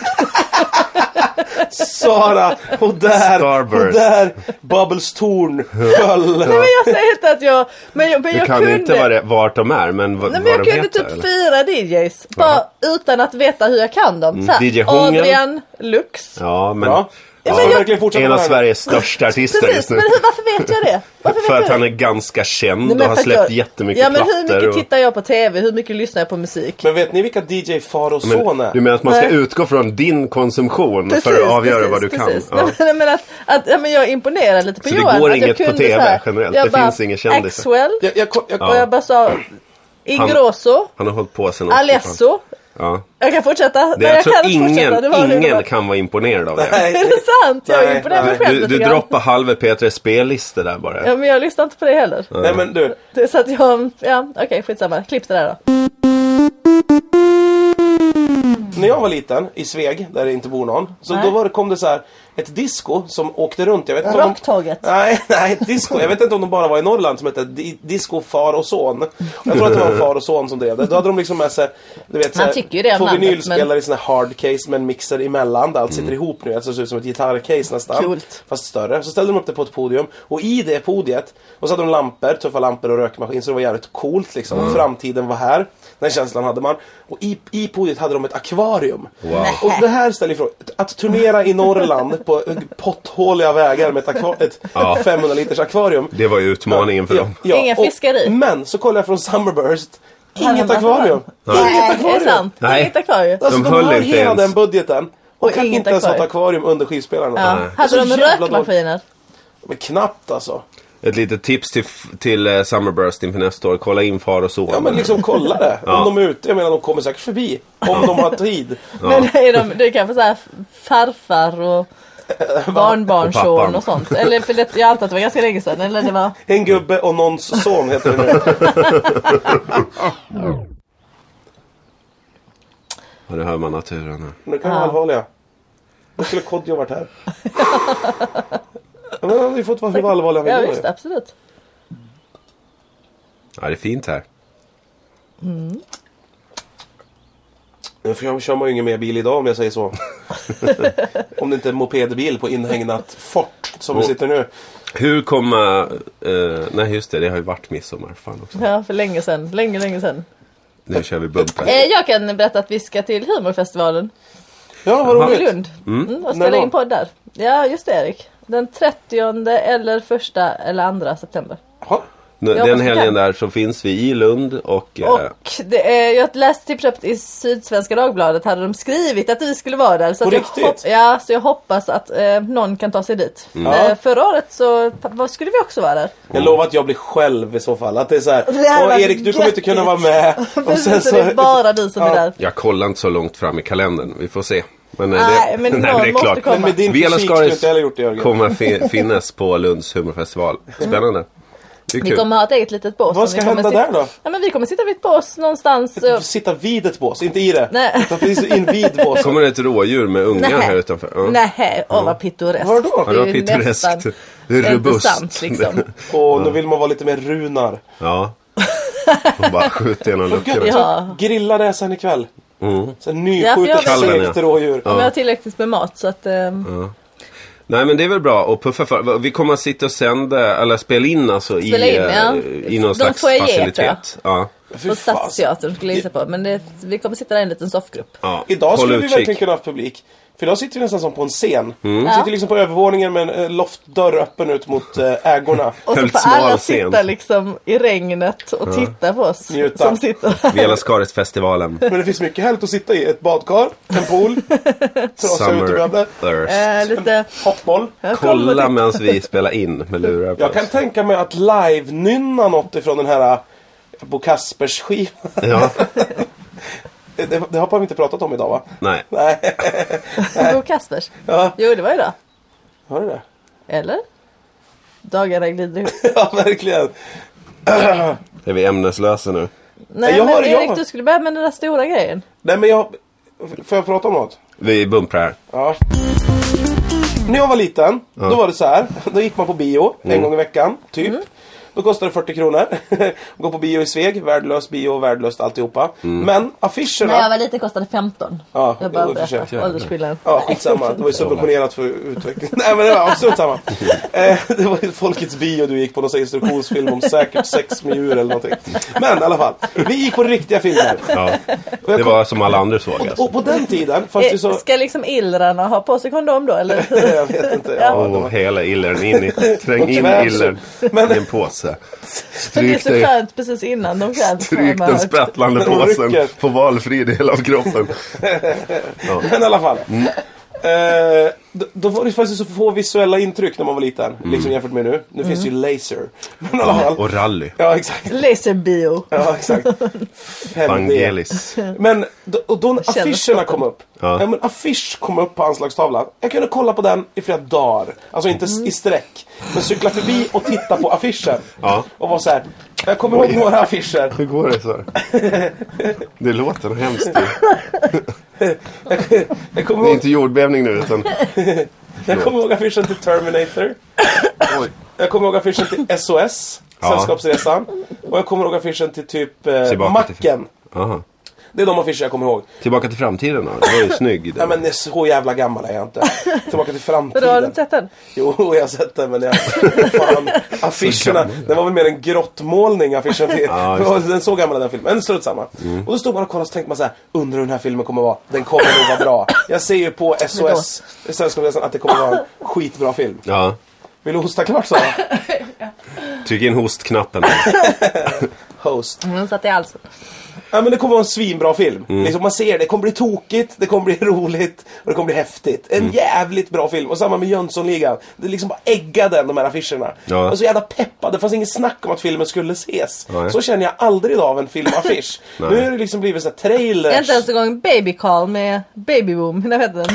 [SPEAKER 3] Sara, och där,
[SPEAKER 2] Starburst.
[SPEAKER 3] och där Bubbles torn föll.
[SPEAKER 1] (laughs) Men jag säger inte att jag... Men jag, men
[SPEAKER 2] Du
[SPEAKER 1] jag
[SPEAKER 2] kan
[SPEAKER 1] kunde...
[SPEAKER 2] inte var det, vart de är, men v-
[SPEAKER 1] Nej, men
[SPEAKER 2] vad
[SPEAKER 1] jag
[SPEAKER 2] de
[SPEAKER 1] kunde
[SPEAKER 2] heter?
[SPEAKER 1] typ
[SPEAKER 2] eller?
[SPEAKER 1] fyra DJs. Bara utan att veta hur jag kan dem. Så här,
[SPEAKER 2] DJ Hungern.
[SPEAKER 1] Adrian, Lux.
[SPEAKER 2] Ja, men...
[SPEAKER 3] Ja.
[SPEAKER 1] Ja,
[SPEAKER 3] Jag
[SPEAKER 1] men
[SPEAKER 3] ska
[SPEAKER 1] jag-
[SPEAKER 3] verkligen fortsätta
[SPEAKER 2] En av
[SPEAKER 3] med det här.
[SPEAKER 2] Sveriges största artister just
[SPEAKER 1] (laughs) Precis,
[SPEAKER 2] nu.
[SPEAKER 1] men hur, varför vet
[SPEAKER 2] (laughs)
[SPEAKER 1] jag det? Varför vet
[SPEAKER 2] För
[SPEAKER 1] jag
[SPEAKER 2] att
[SPEAKER 1] det?
[SPEAKER 2] han är ganska känd
[SPEAKER 1] Nej, men
[SPEAKER 2] och har
[SPEAKER 1] för att
[SPEAKER 2] släppt
[SPEAKER 1] jag-
[SPEAKER 2] jättemycket
[SPEAKER 1] Ja men hur
[SPEAKER 2] plattor.
[SPEAKER 1] mycket
[SPEAKER 2] och-
[SPEAKER 1] tittar jag på TV? Hur mycket lyssnar jag på musik?
[SPEAKER 3] Men vet ni vilka DJ Faroson
[SPEAKER 2] men,
[SPEAKER 3] är?
[SPEAKER 2] du menar att man ska
[SPEAKER 1] Nej.
[SPEAKER 2] utgå från din konsumtion för att avgöra vad du
[SPEAKER 1] precis.
[SPEAKER 2] kan? Ja.
[SPEAKER 1] (laughs) Nej, men att, att, ja, men jag imponerar lite på
[SPEAKER 2] Så det
[SPEAKER 1] Johan.
[SPEAKER 2] går
[SPEAKER 1] att jag
[SPEAKER 2] inget på
[SPEAKER 1] kunde
[SPEAKER 2] TV
[SPEAKER 1] så här,
[SPEAKER 2] generellt?
[SPEAKER 1] jag
[SPEAKER 2] Det
[SPEAKER 1] bara,
[SPEAKER 2] finns inga kändisar.
[SPEAKER 1] Axwell.
[SPEAKER 3] Jag, jag, kom- jag, kom-
[SPEAKER 1] Och jag bara sa Ingrosso.
[SPEAKER 2] Han har hållit på sen
[SPEAKER 1] Alesso.
[SPEAKER 2] Ja.
[SPEAKER 1] Jag kan fortsätta.
[SPEAKER 2] Det,
[SPEAKER 1] Nej,
[SPEAKER 2] jag,
[SPEAKER 1] jag
[SPEAKER 2] tror
[SPEAKER 1] kan inte fortsätta. Det
[SPEAKER 2] ingen,
[SPEAKER 1] var det.
[SPEAKER 2] ingen kan vara imponerad av det.
[SPEAKER 1] Är det sant? Jag är
[SPEAKER 3] Nej,
[SPEAKER 1] imponerad av mig
[SPEAKER 3] nej.
[SPEAKER 1] själv
[SPEAKER 2] Du, du
[SPEAKER 1] lite grann.
[SPEAKER 2] droppar halva P3 spellista där bara.
[SPEAKER 1] Ja men jag lyssnar inte på det heller.
[SPEAKER 3] Nej men du,
[SPEAKER 1] Det är Så att jag, ja okej skitsamma. Klipp det där då.
[SPEAKER 3] när jag var liten i Sveg, där det inte bor någon, så
[SPEAKER 1] Nej.
[SPEAKER 3] då var det, kom det så här ett disco som åkte runt. Jag vet inte om de-
[SPEAKER 1] Rocktåget.
[SPEAKER 3] Nej, (laughs) nej, ett disco. Jag vet inte om de bara var i Norrland som hette di- Disco Far och Son. Jag tror att det var far och son som drev det. Då hade de liksom med sig, du vet, så här,
[SPEAKER 1] tycker ju det om
[SPEAKER 3] två
[SPEAKER 1] namnet,
[SPEAKER 3] vinylspelare
[SPEAKER 1] men-
[SPEAKER 3] i sån här hardcase med en mixer emellan där allt sitter ihop nu. Alltså det ser ut som ett gitarrcase nästan.
[SPEAKER 1] Coolt.
[SPEAKER 3] Fast större. Så ställde de upp det på ett podium och i det podiet, och så hade de lampor, tuffa lampor och rökmaskin så det var jävligt coolt liksom.
[SPEAKER 2] Mm.
[SPEAKER 3] Framtiden var här. Den känslan hade man. Och i, i podiet hade de ett akvarium.
[SPEAKER 2] Wow.
[SPEAKER 3] Och det här ställer ju frågan. Att turnera i Norrland på eh, potthåliga vägar med ett, akva- ett
[SPEAKER 2] (laughs) Ja.
[SPEAKER 3] 500 liters akvarium.
[SPEAKER 2] Det var ju utmaningen för
[SPEAKER 3] Ja,
[SPEAKER 2] dem.
[SPEAKER 3] ja,
[SPEAKER 1] Inga
[SPEAKER 3] och-
[SPEAKER 1] fiskar i.
[SPEAKER 3] Men så kollar jag från Summerburst.
[SPEAKER 1] Här
[SPEAKER 3] Inget
[SPEAKER 1] hemma
[SPEAKER 3] akvarium.
[SPEAKER 1] Nej,
[SPEAKER 3] Inget
[SPEAKER 1] är det
[SPEAKER 3] akvarium.
[SPEAKER 1] sant?
[SPEAKER 2] Nej.
[SPEAKER 1] Inget akvarium.
[SPEAKER 3] Alltså, de,
[SPEAKER 2] höll
[SPEAKER 3] har
[SPEAKER 2] inte
[SPEAKER 3] hela
[SPEAKER 2] ens.
[SPEAKER 3] den budgeten. Och,
[SPEAKER 1] Och
[SPEAKER 3] kan
[SPEAKER 1] inget
[SPEAKER 3] inte ens ha ett akvarium under skivspelaren.
[SPEAKER 1] Ja.
[SPEAKER 3] Det är så
[SPEAKER 1] Hade de
[SPEAKER 3] jävla dåligt.
[SPEAKER 1] rökmaskiner?
[SPEAKER 3] Men knappt alltså.
[SPEAKER 2] Ett litet tips till, till eh, Summerburst inför nästa år. Kolla in far och son.
[SPEAKER 3] Ja men liksom kolla det. Om de är ute. Jag menar de kommer säkert förbi. Om de har tid.
[SPEAKER 1] Men är de, det är kanske såhär farfar och
[SPEAKER 3] Eh,
[SPEAKER 2] Och
[SPEAKER 1] barnbarnson
[SPEAKER 2] pappan.
[SPEAKER 1] och, sånt. Eller för det, jag antar att det var ganska länge sedan. Eller det var...
[SPEAKER 3] En gubbe och någons son heter det nu.
[SPEAKER 2] Ja, nu hör man naturen här.
[SPEAKER 3] Nu kan vi vara allvarliga. Då skulle Kodjo varit här. Men han hade ju fått vara hur allvarlig han
[SPEAKER 1] Ja
[SPEAKER 3] ville.
[SPEAKER 1] visst, absolut.
[SPEAKER 2] Ja, det är fint här.
[SPEAKER 3] Nu får jag- kör man ju ingen mer bil idag om jag säger så. (laughs) om det inte är en mopedbil på inhägnat fort som vi
[SPEAKER 2] Mm.
[SPEAKER 3] sitter nu.
[SPEAKER 2] Hur kommer... eh, nej, just det. Det har ju varit midsommar. Fan också.
[SPEAKER 1] Ja, för länge sedan. Länge, länge sedan.
[SPEAKER 2] Nu kör vi bumper.
[SPEAKER 1] Eh, jag kan berätta att vi ska till humorfestivalen
[SPEAKER 3] Ja, vad
[SPEAKER 1] i
[SPEAKER 3] roligt.
[SPEAKER 1] Lund. Mm, och
[SPEAKER 3] När
[SPEAKER 1] spela
[SPEAKER 3] då?
[SPEAKER 1] in podd där. Ja, just det Erik. Den 30 eller första eller andra september.
[SPEAKER 3] Jaha.
[SPEAKER 2] Nu,
[SPEAKER 1] Jag
[SPEAKER 2] den
[SPEAKER 1] hoppas vi
[SPEAKER 2] helgen
[SPEAKER 1] kan.
[SPEAKER 2] där så finns vi i Lund och... eh,
[SPEAKER 1] Och det är, jag läste typ köpt i Sydsvenska Dagbladet hade de skrivit att vi skulle vara där. Så
[SPEAKER 3] På
[SPEAKER 1] att jag
[SPEAKER 3] riktigt?
[SPEAKER 1] hopp- ja, så jag hoppas att eh, någon kan ta sig dit.
[SPEAKER 3] Mm. Ja.
[SPEAKER 1] Eh, förra året så pa- vad skulle vi
[SPEAKER 3] (laughs)
[SPEAKER 1] också vara där.
[SPEAKER 3] Jag lovar att jag blir själv i så fall. Att det är så här.
[SPEAKER 1] Det här
[SPEAKER 3] "Åh,
[SPEAKER 1] var
[SPEAKER 3] Erik, du kommer inte kunna vara med. Och
[SPEAKER 1] Precis, så... det är bara du som är där.
[SPEAKER 2] Jag kollar inte så långt fram i kalendern. Vi får se. Men, eh,
[SPEAKER 1] Nej,
[SPEAKER 2] (laughs)
[SPEAKER 1] men någon måste komma.
[SPEAKER 3] Men med din
[SPEAKER 2] Vi alla
[SPEAKER 3] fysik skulle
[SPEAKER 2] Skaris
[SPEAKER 3] inte heller gjort det Jörgen.
[SPEAKER 2] kommer fi- finnas på Lunds humorfestival. Spännande. Det är
[SPEAKER 1] Vi
[SPEAKER 2] kul.
[SPEAKER 1] kommer ha ett eget litet bås.
[SPEAKER 3] Vad
[SPEAKER 1] som vi
[SPEAKER 3] ska
[SPEAKER 1] kommer
[SPEAKER 3] hända
[SPEAKER 1] sitta-
[SPEAKER 3] där då?
[SPEAKER 1] Ja, men vi kommer sitta vid ett bås någonstans. Och...
[SPEAKER 3] Sitta vid ett bås, inte i det.
[SPEAKER 1] Nej.
[SPEAKER 3] (laughs) Utan precis invid
[SPEAKER 2] (laughs)
[SPEAKER 3] båset.
[SPEAKER 2] Kommer det ett rådjur med ungar
[SPEAKER 1] Nej.
[SPEAKER 2] här utanför? Ja.
[SPEAKER 1] Nej, åh vad pittoreskt.
[SPEAKER 3] Var då?
[SPEAKER 2] Ja, det
[SPEAKER 1] är
[SPEAKER 2] var
[SPEAKER 1] ju
[SPEAKER 2] pittoreskt.
[SPEAKER 1] nästan
[SPEAKER 2] Det är
[SPEAKER 1] inte
[SPEAKER 2] robust. (laughs)
[SPEAKER 1] sant, liksom.
[SPEAKER 3] Och nu vill man vara lite mer runar.
[SPEAKER 2] Ja. Och bara skjuter genom luckorna.
[SPEAKER 1] Ja.
[SPEAKER 3] Grilla det sen ikväll. Mm. Sen
[SPEAKER 1] Ja,
[SPEAKER 3] nyskjutet
[SPEAKER 1] för jag vill-
[SPEAKER 3] segt rådjur.
[SPEAKER 1] Om jag har tillräckligt med mat så att... ehm,
[SPEAKER 2] Nej men det är väl bra och puffa för. Vi kommer att sitta och sända, eller spela in alltså
[SPEAKER 1] Spela
[SPEAKER 2] i,
[SPEAKER 1] in,
[SPEAKER 2] eh,
[SPEAKER 1] ja.
[SPEAKER 2] i någon
[SPEAKER 1] De
[SPEAKER 2] slags
[SPEAKER 1] foyer, tror jag.
[SPEAKER 2] facilitet. Ja.
[SPEAKER 3] Fy
[SPEAKER 1] På
[SPEAKER 3] fasen.
[SPEAKER 1] Stadsteatern skulle jag gissa på. Men det, vi kommer sitta där i en liten soffgrupp.
[SPEAKER 2] Ja.
[SPEAKER 3] Idag
[SPEAKER 2] Håll
[SPEAKER 3] skulle vi
[SPEAKER 2] utkik. Mm.
[SPEAKER 3] verkligen kunna ha haft publik. För idag sitter vi nästan som på en scen. Vi
[SPEAKER 1] Ja.
[SPEAKER 3] sitter liksom på övervåningen med en eh, loftdörr öppen ut mot eh, ägorna.
[SPEAKER 1] (laughs) Och så
[SPEAKER 2] Väldigt
[SPEAKER 1] får alla
[SPEAKER 2] smal
[SPEAKER 1] sitta
[SPEAKER 2] scen.
[SPEAKER 1] liksom i regnet och titta på oss.
[SPEAKER 3] Njuta.
[SPEAKER 1] Som sitter
[SPEAKER 3] (laughs)
[SPEAKER 2] Vela Skaris-festivalen.
[SPEAKER 3] Men det finns mycket härligt att sitta i. Ett badkar, en pool, (laughs) trasiga
[SPEAKER 2] Summer
[SPEAKER 3] utebröder,
[SPEAKER 2] Thirst.
[SPEAKER 1] eh, lite...
[SPEAKER 3] hoppboll.
[SPEAKER 1] Jag kommer och
[SPEAKER 2] Kolla
[SPEAKER 1] tittar.
[SPEAKER 2] medan vi spelar in med lurar på
[SPEAKER 3] Jag kan
[SPEAKER 2] oss.
[SPEAKER 3] tänka mig att live-nynna något ifrån den här eh, Bo Kaspers-skivan.
[SPEAKER 2] Ja.
[SPEAKER 3] Det, (laughs) det har vi inte pratat om idag va?
[SPEAKER 2] Nej.
[SPEAKER 3] Nej,
[SPEAKER 1] Bo Kaspers.
[SPEAKER 3] Ja.
[SPEAKER 1] Jo, det var idag.
[SPEAKER 3] har du det?
[SPEAKER 1] Eller? Dagarna glider ihop.
[SPEAKER 3] (laughs) Ja, verkligen.
[SPEAKER 2] Är vi ämneslösa nu?
[SPEAKER 1] Nej,
[SPEAKER 3] Jag
[SPEAKER 1] men
[SPEAKER 3] har- jag
[SPEAKER 1] Erik,
[SPEAKER 3] har-
[SPEAKER 1] du skulle börja med den där stora grejen.
[SPEAKER 3] Nej men jag... Får jag prata om något?
[SPEAKER 2] Vi bumprar här.
[SPEAKER 3] Ja. Mm.
[SPEAKER 1] Mm.
[SPEAKER 3] När jag var liten, då var det så här. Då gick man på bio en gång i veckan, typ. Då kostar det 40 kronor. (laughs) Gå på bio i Sveg, värdelös bio, värdelöst alltihopa. Men affischerna...
[SPEAKER 1] När jag var liten kostade 15.
[SPEAKER 3] Ja,
[SPEAKER 1] jag
[SPEAKER 3] i
[SPEAKER 1] bara
[SPEAKER 3] och för sig.
[SPEAKER 1] berättar åldersskillnaden.
[SPEAKER 3] Ja, skitsamma. Det var ju subventionerat för utveckling. Nej, men det var absolut samma. Eh, Det var ju Folkets bio du gick på, någon sån här instruktionsfilm om säkert sex med djur eller någonting. Men i alla fall, vi gick på riktiga filmer. (laughs)
[SPEAKER 2] Ja. Det var som alla andra såg alltså.
[SPEAKER 3] Och på den tiden fanns det
[SPEAKER 1] Eh,
[SPEAKER 3] så...
[SPEAKER 1] Ska liksom illrarna ha på sig kondom då
[SPEAKER 3] (laughs)
[SPEAKER 1] eller?
[SPEAKER 3] Jag vet inte. Ja, det
[SPEAKER 2] Åh,
[SPEAKER 3] var-
[SPEAKER 2] hela illern in i, träng in
[SPEAKER 3] kvävs.
[SPEAKER 2] illern
[SPEAKER 3] Men-
[SPEAKER 2] i en påse.
[SPEAKER 1] För det är
[SPEAKER 2] Stryk,
[SPEAKER 1] så
[SPEAKER 2] dig,
[SPEAKER 1] skönt precis innan de krävs.
[SPEAKER 2] stryk den sprattlande påsen
[SPEAKER 3] Orket.
[SPEAKER 2] på valfri del av kroppen. Ja.
[SPEAKER 3] Men i alla fall.
[SPEAKER 2] Mm.
[SPEAKER 3] Eh, då, då var det faktiskt så få visuella intryck när man var liten.
[SPEAKER 2] Mm.
[SPEAKER 3] Liksom jämfört med nu. Nu finns ju
[SPEAKER 1] Mm.
[SPEAKER 3] laser. Men i alla fall.
[SPEAKER 2] Och rally.
[SPEAKER 3] Ja, exakt.
[SPEAKER 1] Laserbio.
[SPEAKER 3] Ja,
[SPEAKER 2] (laughs)
[SPEAKER 3] exakt. 5D.
[SPEAKER 2] Evangelis.
[SPEAKER 3] Men då, och då när
[SPEAKER 1] Känner
[SPEAKER 3] affischerna kom upp.
[SPEAKER 2] Ja.
[SPEAKER 3] Ja. men affisch kom upp på anslagstavlan. Jag kunde kolla på den i flera dagar. Alltså inte
[SPEAKER 1] Mm.
[SPEAKER 3] s- i sträck. Men cykla förbi och titta på affischen.
[SPEAKER 2] Ja.
[SPEAKER 3] Och vara så här. Jag kommer ihåg några affischer.
[SPEAKER 2] Hur går det så? Det låter nog hemskt.
[SPEAKER 3] Jag kommer,
[SPEAKER 2] Det är
[SPEAKER 3] ihåg,
[SPEAKER 2] inte jordbävning nu utan...
[SPEAKER 3] jag kommer ihåg affischen till Terminator.
[SPEAKER 2] Oj.
[SPEAKER 3] Jag kommer ihåg affischen
[SPEAKER 2] (laughs)
[SPEAKER 3] till SOS.
[SPEAKER 2] Ja.
[SPEAKER 3] Sällskapsresan. Och jag kommer ihåg affischen till typ
[SPEAKER 2] Tillbaka
[SPEAKER 3] eh, Macken.
[SPEAKER 2] Aha.
[SPEAKER 3] Det är de affischer jag kommer ihåg.
[SPEAKER 2] Tillbaka till framtiden då. Det var ju snygg.
[SPEAKER 3] Nej men det är så jävla gammal är jag
[SPEAKER 1] (laughs)
[SPEAKER 3] inte. Tillbaka till
[SPEAKER 1] Vadå, har du
[SPEAKER 3] framtiden.
[SPEAKER 1] inte sett den?
[SPEAKER 3] Jo, jag har sett den men jag... (laughs) Fan, affischerna. Den var väl mer en grottmålning affischen (laughs) till.
[SPEAKER 2] Ja,
[SPEAKER 3] Det Mm. var- den så gammal den filmen. Men strunt samma. Och då stod man och kollade och så tänkte man så här. Undrar hur den här filmen kommer vara. Den kommer nog vara bra. Jag ser ju på SOS, Sällskapsresan, att det kommer vara en skitbra film.
[SPEAKER 2] Ja.
[SPEAKER 3] Vill du hosta klart Sara?
[SPEAKER 2] Tryck in hostknappen.
[SPEAKER 3] Host.
[SPEAKER 1] Mm, Hon satt i halsen.
[SPEAKER 3] Ja men det kommer vara en svinbra film.
[SPEAKER 2] Mm.
[SPEAKER 3] Liksom man ser det, det kommer bli tokigt, det kommer bli (laughs) roligt och det kommer bli häftigt.
[SPEAKER 2] Mm.
[SPEAKER 3] En jävligt bra film. Och samma med Jönssonligan. Det liksom bara äggade de här affischerna.
[SPEAKER 2] Ja.
[SPEAKER 3] Och så jävla peppad. Det fanns inget snack om att filmen skulle ses.
[SPEAKER 2] Nej.
[SPEAKER 3] Så känner jag aldrig idag av en filmaffisch.
[SPEAKER 2] (laughs) Nej.
[SPEAKER 3] nu har det liksom blivit så här trailers.
[SPEAKER 1] Inte ens en gång Baby Call med Baby Boom. (laughs) Jag vet den.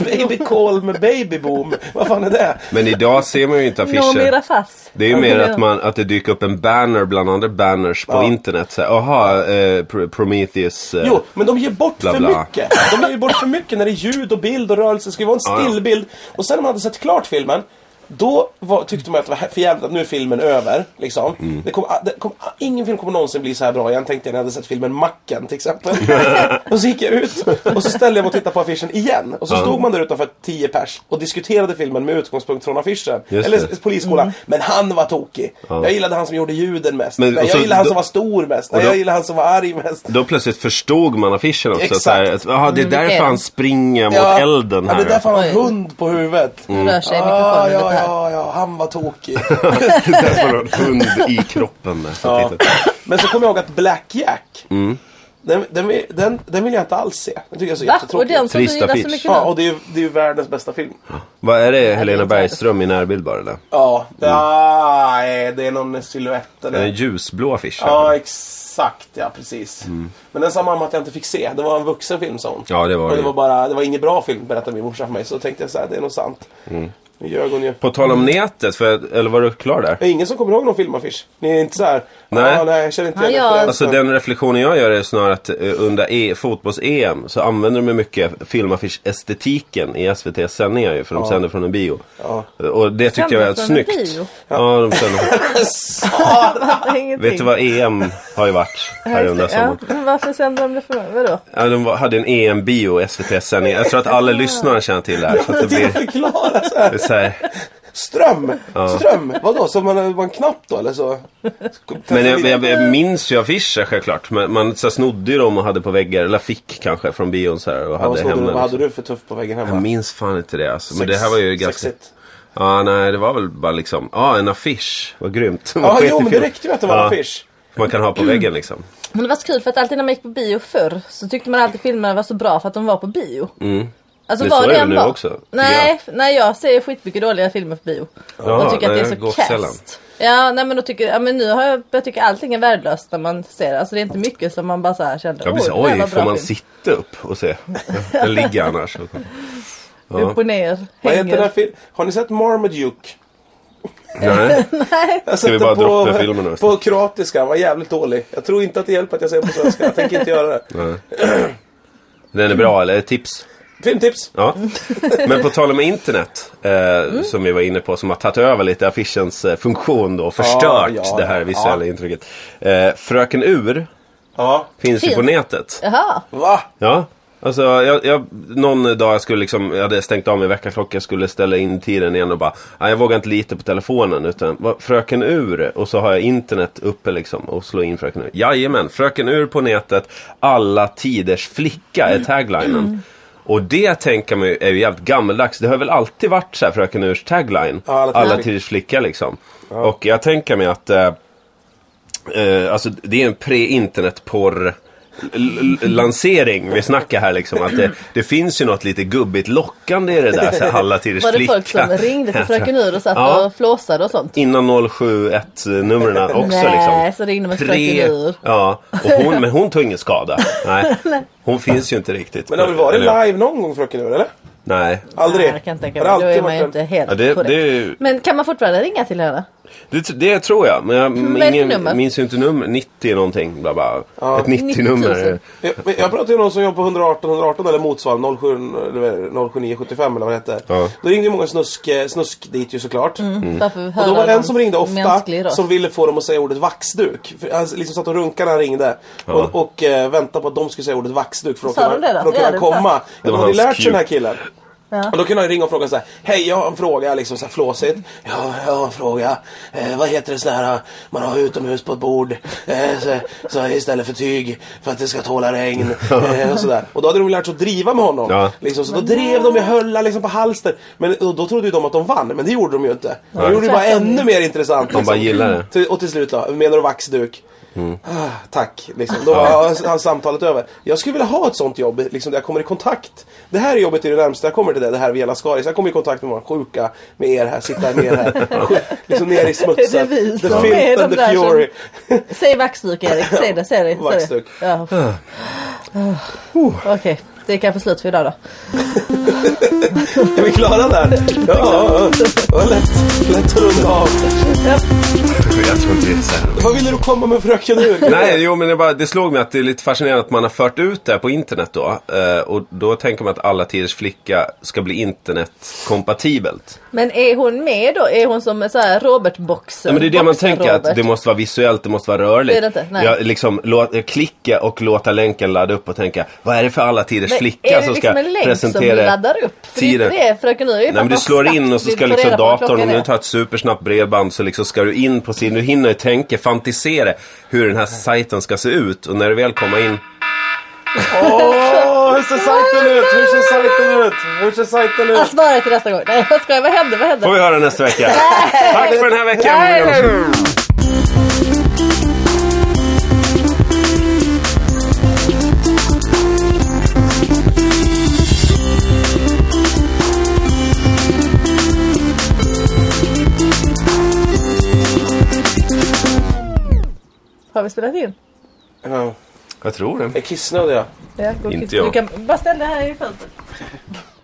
[SPEAKER 3] Baby call med baby boom. Vad fan är det?
[SPEAKER 2] Men idag ser man ju inte
[SPEAKER 1] Noomi
[SPEAKER 2] affischer.
[SPEAKER 1] Rapace.
[SPEAKER 2] Det är ju mer att, man, att det dyker upp en banner bland andra banners på
[SPEAKER 3] Ja.
[SPEAKER 2] internet. Så här, aha, eh, Pr- Prometheus. Eh,
[SPEAKER 3] Jo, men de ger bort
[SPEAKER 2] Bla,
[SPEAKER 3] för
[SPEAKER 2] bla.
[SPEAKER 3] mycket. De ger ju bort för mycket när det är ljud och bild och rörelse. Det ska ju vara
[SPEAKER 2] Ja, ja.
[SPEAKER 3] en stillbild. Och sen när man hade sett klart filmen, då var, tyckte man att det var för jävligt att nu är filmen över. Liksom.
[SPEAKER 2] Mm.
[SPEAKER 3] Det kom, det kom, ingen film kommer någonsin bli så här bra igen, tänkte jag när jag hade sett filmen Macken till
[SPEAKER 2] (laughs)
[SPEAKER 3] exempel. och så gick jag ut och så ställde jag mig och tittade på affischen igen. Och så stod man där utanför 10 pers och diskuterade filmen med utgångspunkt från affischen.
[SPEAKER 2] Just
[SPEAKER 3] Eller
[SPEAKER 2] det.
[SPEAKER 3] polisskolan. Men han var tokig. Jag gillade han som gjorde ljuden mest.
[SPEAKER 2] Men-
[SPEAKER 3] Nej,
[SPEAKER 2] och
[SPEAKER 3] jag
[SPEAKER 2] så-
[SPEAKER 3] gillade han
[SPEAKER 2] då-
[SPEAKER 3] som var stor mest. Nej,
[SPEAKER 2] och då-
[SPEAKER 3] jag gillade han som var arg mest.
[SPEAKER 2] Då plötsligt förstod man affischen också.
[SPEAKER 3] Exakt. Mm,
[SPEAKER 2] Så här, att, aha, det är
[SPEAKER 1] vilka
[SPEAKER 2] därför
[SPEAKER 1] är
[SPEAKER 2] han
[SPEAKER 1] de?
[SPEAKER 2] springer mot elden här.
[SPEAKER 3] Ja, det är
[SPEAKER 2] (laughs)
[SPEAKER 3] därför han har en
[SPEAKER 1] Oj.
[SPEAKER 3] hund på huvudet.
[SPEAKER 1] Nu rör sig
[SPEAKER 3] Ah,
[SPEAKER 1] mikrofonen
[SPEAKER 3] ja,
[SPEAKER 1] lite här.
[SPEAKER 3] ja, ja, han var tokig. (laughs)
[SPEAKER 2] Det är därför han har en hund i kroppen. Där, som
[SPEAKER 3] Ja.
[SPEAKER 2] tittar.
[SPEAKER 3] Men så kommer jag ihåg att Black Jack.
[SPEAKER 2] Mm.
[SPEAKER 3] Den, den, vill- den, den vill jag inte alls se. Den tycker jag är så
[SPEAKER 1] Va? Och
[SPEAKER 3] jättetråkig.
[SPEAKER 1] den som du
[SPEAKER 2] Trist
[SPEAKER 1] gillar
[SPEAKER 2] affisch.
[SPEAKER 1] så mycket
[SPEAKER 3] Ja,
[SPEAKER 1] nu? (laughs)
[SPEAKER 3] och det är ju det är ju världens bästa film.
[SPEAKER 2] Vad är det Helena
[SPEAKER 1] inte värre.
[SPEAKER 2] Bergström i närbild bara? Där?
[SPEAKER 3] Ja, det,
[SPEAKER 2] Mm.
[SPEAKER 3] ah, eh, det är någon silhuett
[SPEAKER 2] Det är en
[SPEAKER 3] eller...
[SPEAKER 2] ljusblå affisch.
[SPEAKER 3] Ja, exakt. Ja, precis. Men den sa mamma att jag inte fick se. Det var en vuxenfilm, sa hon.
[SPEAKER 2] Mm. Ja, det var
[SPEAKER 3] Och det
[SPEAKER 2] det.
[SPEAKER 3] var bara, det var ingen bra film, berättade min morsa för mig. Så tänkte jag så här, det är nog sant.
[SPEAKER 2] Mm.
[SPEAKER 3] Nu ljög hon ju.
[SPEAKER 2] På tal om nätet, för, eller var du klar där?
[SPEAKER 3] Det är ingen som kommer ihåg någon filmaffisch. Ni är inte så här.
[SPEAKER 2] Nej.
[SPEAKER 3] "Ah, nej jag känner inte
[SPEAKER 1] Ja,
[SPEAKER 3] igen
[SPEAKER 1] jag-
[SPEAKER 3] referensen."
[SPEAKER 2] Alltså den reflektionen jag gör är snarare att eh, under e- fotbolls-EM så använder de ju mycket filmaffisch-estetiken i SVTs sändningar ju, för de sänder från en bio. Och det tyckte jag var
[SPEAKER 1] Sänder från en
[SPEAKER 2] snyggt.
[SPEAKER 1] bio?
[SPEAKER 2] Ja, de sänder.
[SPEAKER 3] (laughs)
[SPEAKER 1] (laughs) Ingenting.
[SPEAKER 2] Vet du vad EM har ju varit här
[SPEAKER 1] Ja, just
[SPEAKER 2] under
[SPEAKER 1] det. ja,
[SPEAKER 2] sommaren?
[SPEAKER 1] men varför sänder de det för mig? Vadå?
[SPEAKER 2] Ja, de var- hade en EM-bio i SVTs sändning. Jag tror att alla lyssnare känner till det här. Så att det
[SPEAKER 3] Till
[SPEAKER 2] blir
[SPEAKER 3] att förklara så här.
[SPEAKER 2] det är så här.
[SPEAKER 3] Ström! Ström! Vadå? Så man var en knapp då eller så?
[SPEAKER 2] Men jag, jag, jag minns ju affischer självklart. Men man så här, snodde ju dem och hade på väggar, eller fick kanske från bion så här och
[SPEAKER 3] ja, vad,
[SPEAKER 2] hade
[SPEAKER 3] snodde
[SPEAKER 2] hemma.
[SPEAKER 3] du, vad
[SPEAKER 2] liksom.
[SPEAKER 3] hade du för tuff på väggen hemma?
[SPEAKER 2] Jag minns fan inte det alltså. Men det här var ju
[SPEAKER 3] Sex-
[SPEAKER 2] ganska...
[SPEAKER 3] sexigt.
[SPEAKER 2] Ja, nej, det var väl bara liksom... Ja, en affisch. Vad (laughs) grymt. Vad
[SPEAKER 3] Ja,
[SPEAKER 2] skit i
[SPEAKER 3] jo men det
[SPEAKER 2] film.
[SPEAKER 3] räckte ju att det var
[SPEAKER 2] Ja.
[SPEAKER 3] en affisch.
[SPEAKER 2] Man kan ha på väggen liksom.
[SPEAKER 1] Men det var så kul för att alltid när man gick på bio förr så tyckte man alltid filmerna var så bra för att de var på bio. Alltså
[SPEAKER 2] Men
[SPEAKER 1] var
[SPEAKER 2] så är Mm. det
[SPEAKER 1] än
[SPEAKER 2] nu
[SPEAKER 1] var.
[SPEAKER 2] också, tycker
[SPEAKER 1] Nej, nej jag ser skitmycket dåliga filmer på bio.
[SPEAKER 2] Jaha,
[SPEAKER 1] och tycker att
[SPEAKER 2] nej,
[SPEAKER 1] det är
[SPEAKER 2] jag går
[SPEAKER 1] så kast.
[SPEAKER 2] sällan.
[SPEAKER 1] Ja, nej men då tycker ja, men nu har jag, jag tycker allting är värdelöst när man ser det. Alltså det är inte mycket som man bara så här kände.
[SPEAKER 2] Jag blir så,
[SPEAKER 1] "Oj, det här
[SPEAKER 2] oj,
[SPEAKER 1] var
[SPEAKER 2] får
[SPEAKER 1] bra
[SPEAKER 2] man
[SPEAKER 1] film."
[SPEAKER 2] sitta upp och se? Den ligger annars.
[SPEAKER 1] Upp och ner,
[SPEAKER 3] Vad heter den här
[SPEAKER 1] hänger.
[SPEAKER 3] fil- Har ni sett Marmaduke?
[SPEAKER 2] Nej.
[SPEAKER 1] (laughs)
[SPEAKER 3] Jag har
[SPEAKER 2] Ska
[SPEAKER 3] sett
[SPEAKER 2] vi
[SPEAKER 3] den
[SPEAKER 2] bara
[SPEAKER 3] på,
[SPEAKER 2] droppa filmen nu?
[SPEAKER 3] På kroatiska, den var jävligt dålig. Jag tror inte att det hjälper att jag säger på svenska. Jag tänker inte göra det.
[SPEAKER 2] Den är bra eller? Tips?
[SPEAKER 3] Filmtips!
[SPEAKER 2] Ja. Men på tal om internet, eh, som vi var inne på, som har tagit över lite affischens eh, funktion då och förstört
[SPEAKER 3] ja,
[SPEAKER 2] det här
[SPEAKER 3] ja.
[SPEAKER 2] visuella intrycket. Eh, Fröken Ur
[SPEAKER 3] Ja.
[SPEAKER 2] finns ju på
[SPEAKER 1] Finns.
[SPEAKER 2] nätet.
[SPEAKER 1] Jaha.
[SPEAKER 3] Va?
[SPEAKER 2] Ja. Alltså, jag, jag, någon dag jag skulle liksom, jag hade stängt av min väckarklocka, jag skulle ställa in tiden igen och bara, nej jag vågar inte lita på telefonen utan, vad, Fröken Ur, och så har jag internet uppe liksom och slår in Fröken Ur. Jajamän, Fröken Ur på nätet, alla tiders flicka är taglinen. Och det tänker man ju är ju jävligt gammaldags. Det har väl alltid varit så här Fröken Urs tagline.
[SPEAKER 3] Ja, alla
[SPEAKER 2] alla,
[SPEAKER 3] tiders flicka.
[SPEAKER 2] tiders flicka liksom. Och jag tänker mig att eh, Eh, alltså det är en pre-internetporr l- l- lansering vi snackar här liksom. Att det, det finns ju något lite gubbigt lockande i det där. Så här, alla tiders
[SPEAKER 1] Var det
[SPEAKER 2] flicka.
[SPEAKER 1] folk som ringde till Fröken Ur och satt
[SPEAKER 2] Ja.
[SPEAKER 1] och flåsade och sånt?
[SPEAKER 2] Innan 071-numren också
[SPEAKER 1] Nej,
[SPEAKER 2] liksom.
[SPEAKER 1] så ringde man till Fröken Ur.
[SPEAKER 2] Ja, och hon, men hon tog ingen skada. Nej, hon finns ju inte riktigt.
[SPEAKER 3] Men det har väl varit
[SPEAKER 2] Eller-
[SPEAKER 3] live någon gång Fröken Ur eller?
[SPEAKER 2] Nej,
[SPEAKER 3] Aldrig?
[SPEAKER 1] Nej, jag kan inte tänka
[SPEAKER 3] Har
[SPEAKER 1] mig.
[SPEAKER 3] det
[SPEAKER 1] Då är
[SPEAKER 3] alltid
[SPEAKER 1] man ju
[SPEAKER 3] varit
[SPEAKER 1] inte helt
[SPEAKER 2] ja, det,
[SPEAKER 1] korrekt.
[SPEAKER 2] det,
[SPEAKER 1] Men kan man fortfarande ringa till henne?
[SPEAKER 2] det, det tror jag. Men
[SPEAKER 1] Vad är det
[SPEAKER 2] jag
[SPEAKER 1] för
[SPEAKER 2] ingen,
[SPEAKER 1] nummer?
[SPEAKER 2] minns ju inte nummer. 90 någonting. Bla bla. Ett 90-nummer.
[SPEAKER 1] 90 000.
[SPEAKER 3] Jag, Eh, jag pratade med någon som jobbade på 118 118 eller motsvarande 07, eller 07975 eller vad det hette.
[SPEAKER 2] Ja.
[SPEAKER 3] Då ringde ju många snusk, eh, snusk dit ju såklart.
[SPEAKER 2] Mm.
[SPEAKER 1] Varför
[SPEAKER 3] Och då
[SPEAKER 1] höra
[SPEAKER 3] var det en
[SPEAKER 1] någon
[SPEAKER 3] som ringde ofta
[SPEAKER 1] mänsklig röst?
[SPEAKER 3] som ville få dem att säga ordet vaxduk. För han liksom satt och runkade när han ringde. Och, och eh, väntade på att de skulle säga ordet vaxduk för att
[SPEAKER 1] Sa de
[SPEAKER 3] kunna,
[SPEAKER 1] det då?
[SPEAKER 3] för att kunna
[SPEAKER 1] Ja, det var
[SPEAKER 3] komma.
[SPEAKER 2] Det
[SPEAKER 3] Ja,
[SPEAKER 2] var
[SPEAKER 3] de hade ju
[SPEAKER 2] hans
[SPEAKER 3] lärt sig den här
[SPEAKER 2] cue.
[SPEAKER 3] killen.
[SPEAKER 1] Ja.
[SPEAKER 3] Och då kunde han ringa och fråga så här. Hej, jag har en fråga. Liksom så här flåsigt. Ja, jag har en fråga. Eh, vad heter det sån här eh, man har utomhus på ett bord. Eh, så, så istället för tyg. För att det ska tåla regn. Eh, och, så där. och då hade de lärt sig att driva med honom.
[SPEAKER 2] Ja.
[SPEAKER 3] Liksom, så då drev de med höllar liksom på halster. Men och då trodde ju de att de vann. Men det gjorde de ju inte. De gjorde det bara
[SPEAKER 1] Tvärtom.
[SPEAKER 3] ännu mer intressant. liksom?
[SPEAKER 2] Man bara gillar det. Mm.
[SPEAKER 3] Till- Och till slut då, menar du vaxduk? Ah, tack, liksom. Då var ja. samtalet över. Jag skulle vilja ha ett sånt jobb, liksom, där jag kommer i kontakt. Det här jobbet är det närmaste jag kommer till det, det här via Lascaris. Jag kommer i kontakt med många sjuka, med er här, sitta med er
[SPEAKER 2] (laughs)
[SPEAKER 3] här. Sjuk- liksom ner i smutsen.
[SPEAKER 1] Det är vi
[SPEAKER 3] the
[SPEAKER 1] som är
[SPEAKER 3] filth
[SPEAKER 1] de
[SPEAKER 3] and the
[SPEAKER 1] där som-
[SPEAKER 3] fury.
[SPEAKER 1] Säg vaxduk Erik, säg det, säg det. säg det.
[SPEAKER 3] Vaxduk.
[SPEAKER 1] Ja.
[SPEAKER 2] Ah.
[SPEAKER 1] Okej, det är kanske slut för idag då.
[SPEAKER 3] Är vi klara där? Ja, ja, ja. Det var lätt, lätt att runda av.
[SPEAKER 2] Jag tror inte det är så här.
[SPEAKER 3] Vad ville du komma med fröken ur?
[SPEAKER 2] Nej, jo, men det, bara, det slog mig att det är lite fascinerande att man har fört ut det här på internet då. Eh, och då tänker man att alla tiders flicka ska bli internetkompatibelt.
[SPEAKER 1] Men är hon med då? Är hon som en så här Robert-boxen?
[SPEAKER 2] Ja, men det är det man tänker, att
[SPEAKER 1] Robert.
[SPEAKER 2] det måste vara visuellt, det måste vara rörligt.
[SPEAKER 1] Det är det inte, nej.
[SPEAKER 2] Jag liksom låt, jag klicka och låta länken ladda upp och tänka, vad är det för alla tiders
[SPEAKER 1] Men
[SPEAKER 2] flicka
[SPEAKER 1] är det
[SPEAKER 2] som
[SPEAKER 1] liksom
[SPEAKER 2] ska
[SPEAKER 1] en länk
[SPEAKER 2] presentera
[SPEAKER 1] som laddar upp? För
[SPEAKER 2] tiden?
[SPEAKER 1] tiden. Det är Fröken Ur.
[SPEAKER 2] Nej men du slår in och så ska liksom datorn, om du inte har ett supersnabbt bredband så liksom ska du in på sidan, du hinner ju tänka, fantisera hur den här sajten ska se ut och när du väl kommer in
[SPEAKER 3] Åh, hur ser sajten ut? Hur ser sajten ut? Hur ser sajten ut?
[SPEAKER 1] Jag svarar till nästa gång. Nej jag skojar, vad hände? Vad hände?
[SPEAKER 2] får vi höra nästa vecka. Tack för den här
[SPEAKER 1] Nej, nej,
[SPEAKER 2] veckan!
[SPEAKER 1] nej. Har vi spelat in?
[SPEAKER 3] Ja,
[SPEAKER 2] Jag tror det.
[SPEAKER 3] Jag är kissnödig jag.
[SPEAKER 1] Ja, gå och
[SPEAKER 2] Inte
[SPEAKER 1] kissa.
[SPEAKER 2] jag.
[SPEAKER 1] Du kan bara ställa dig här i fönstret.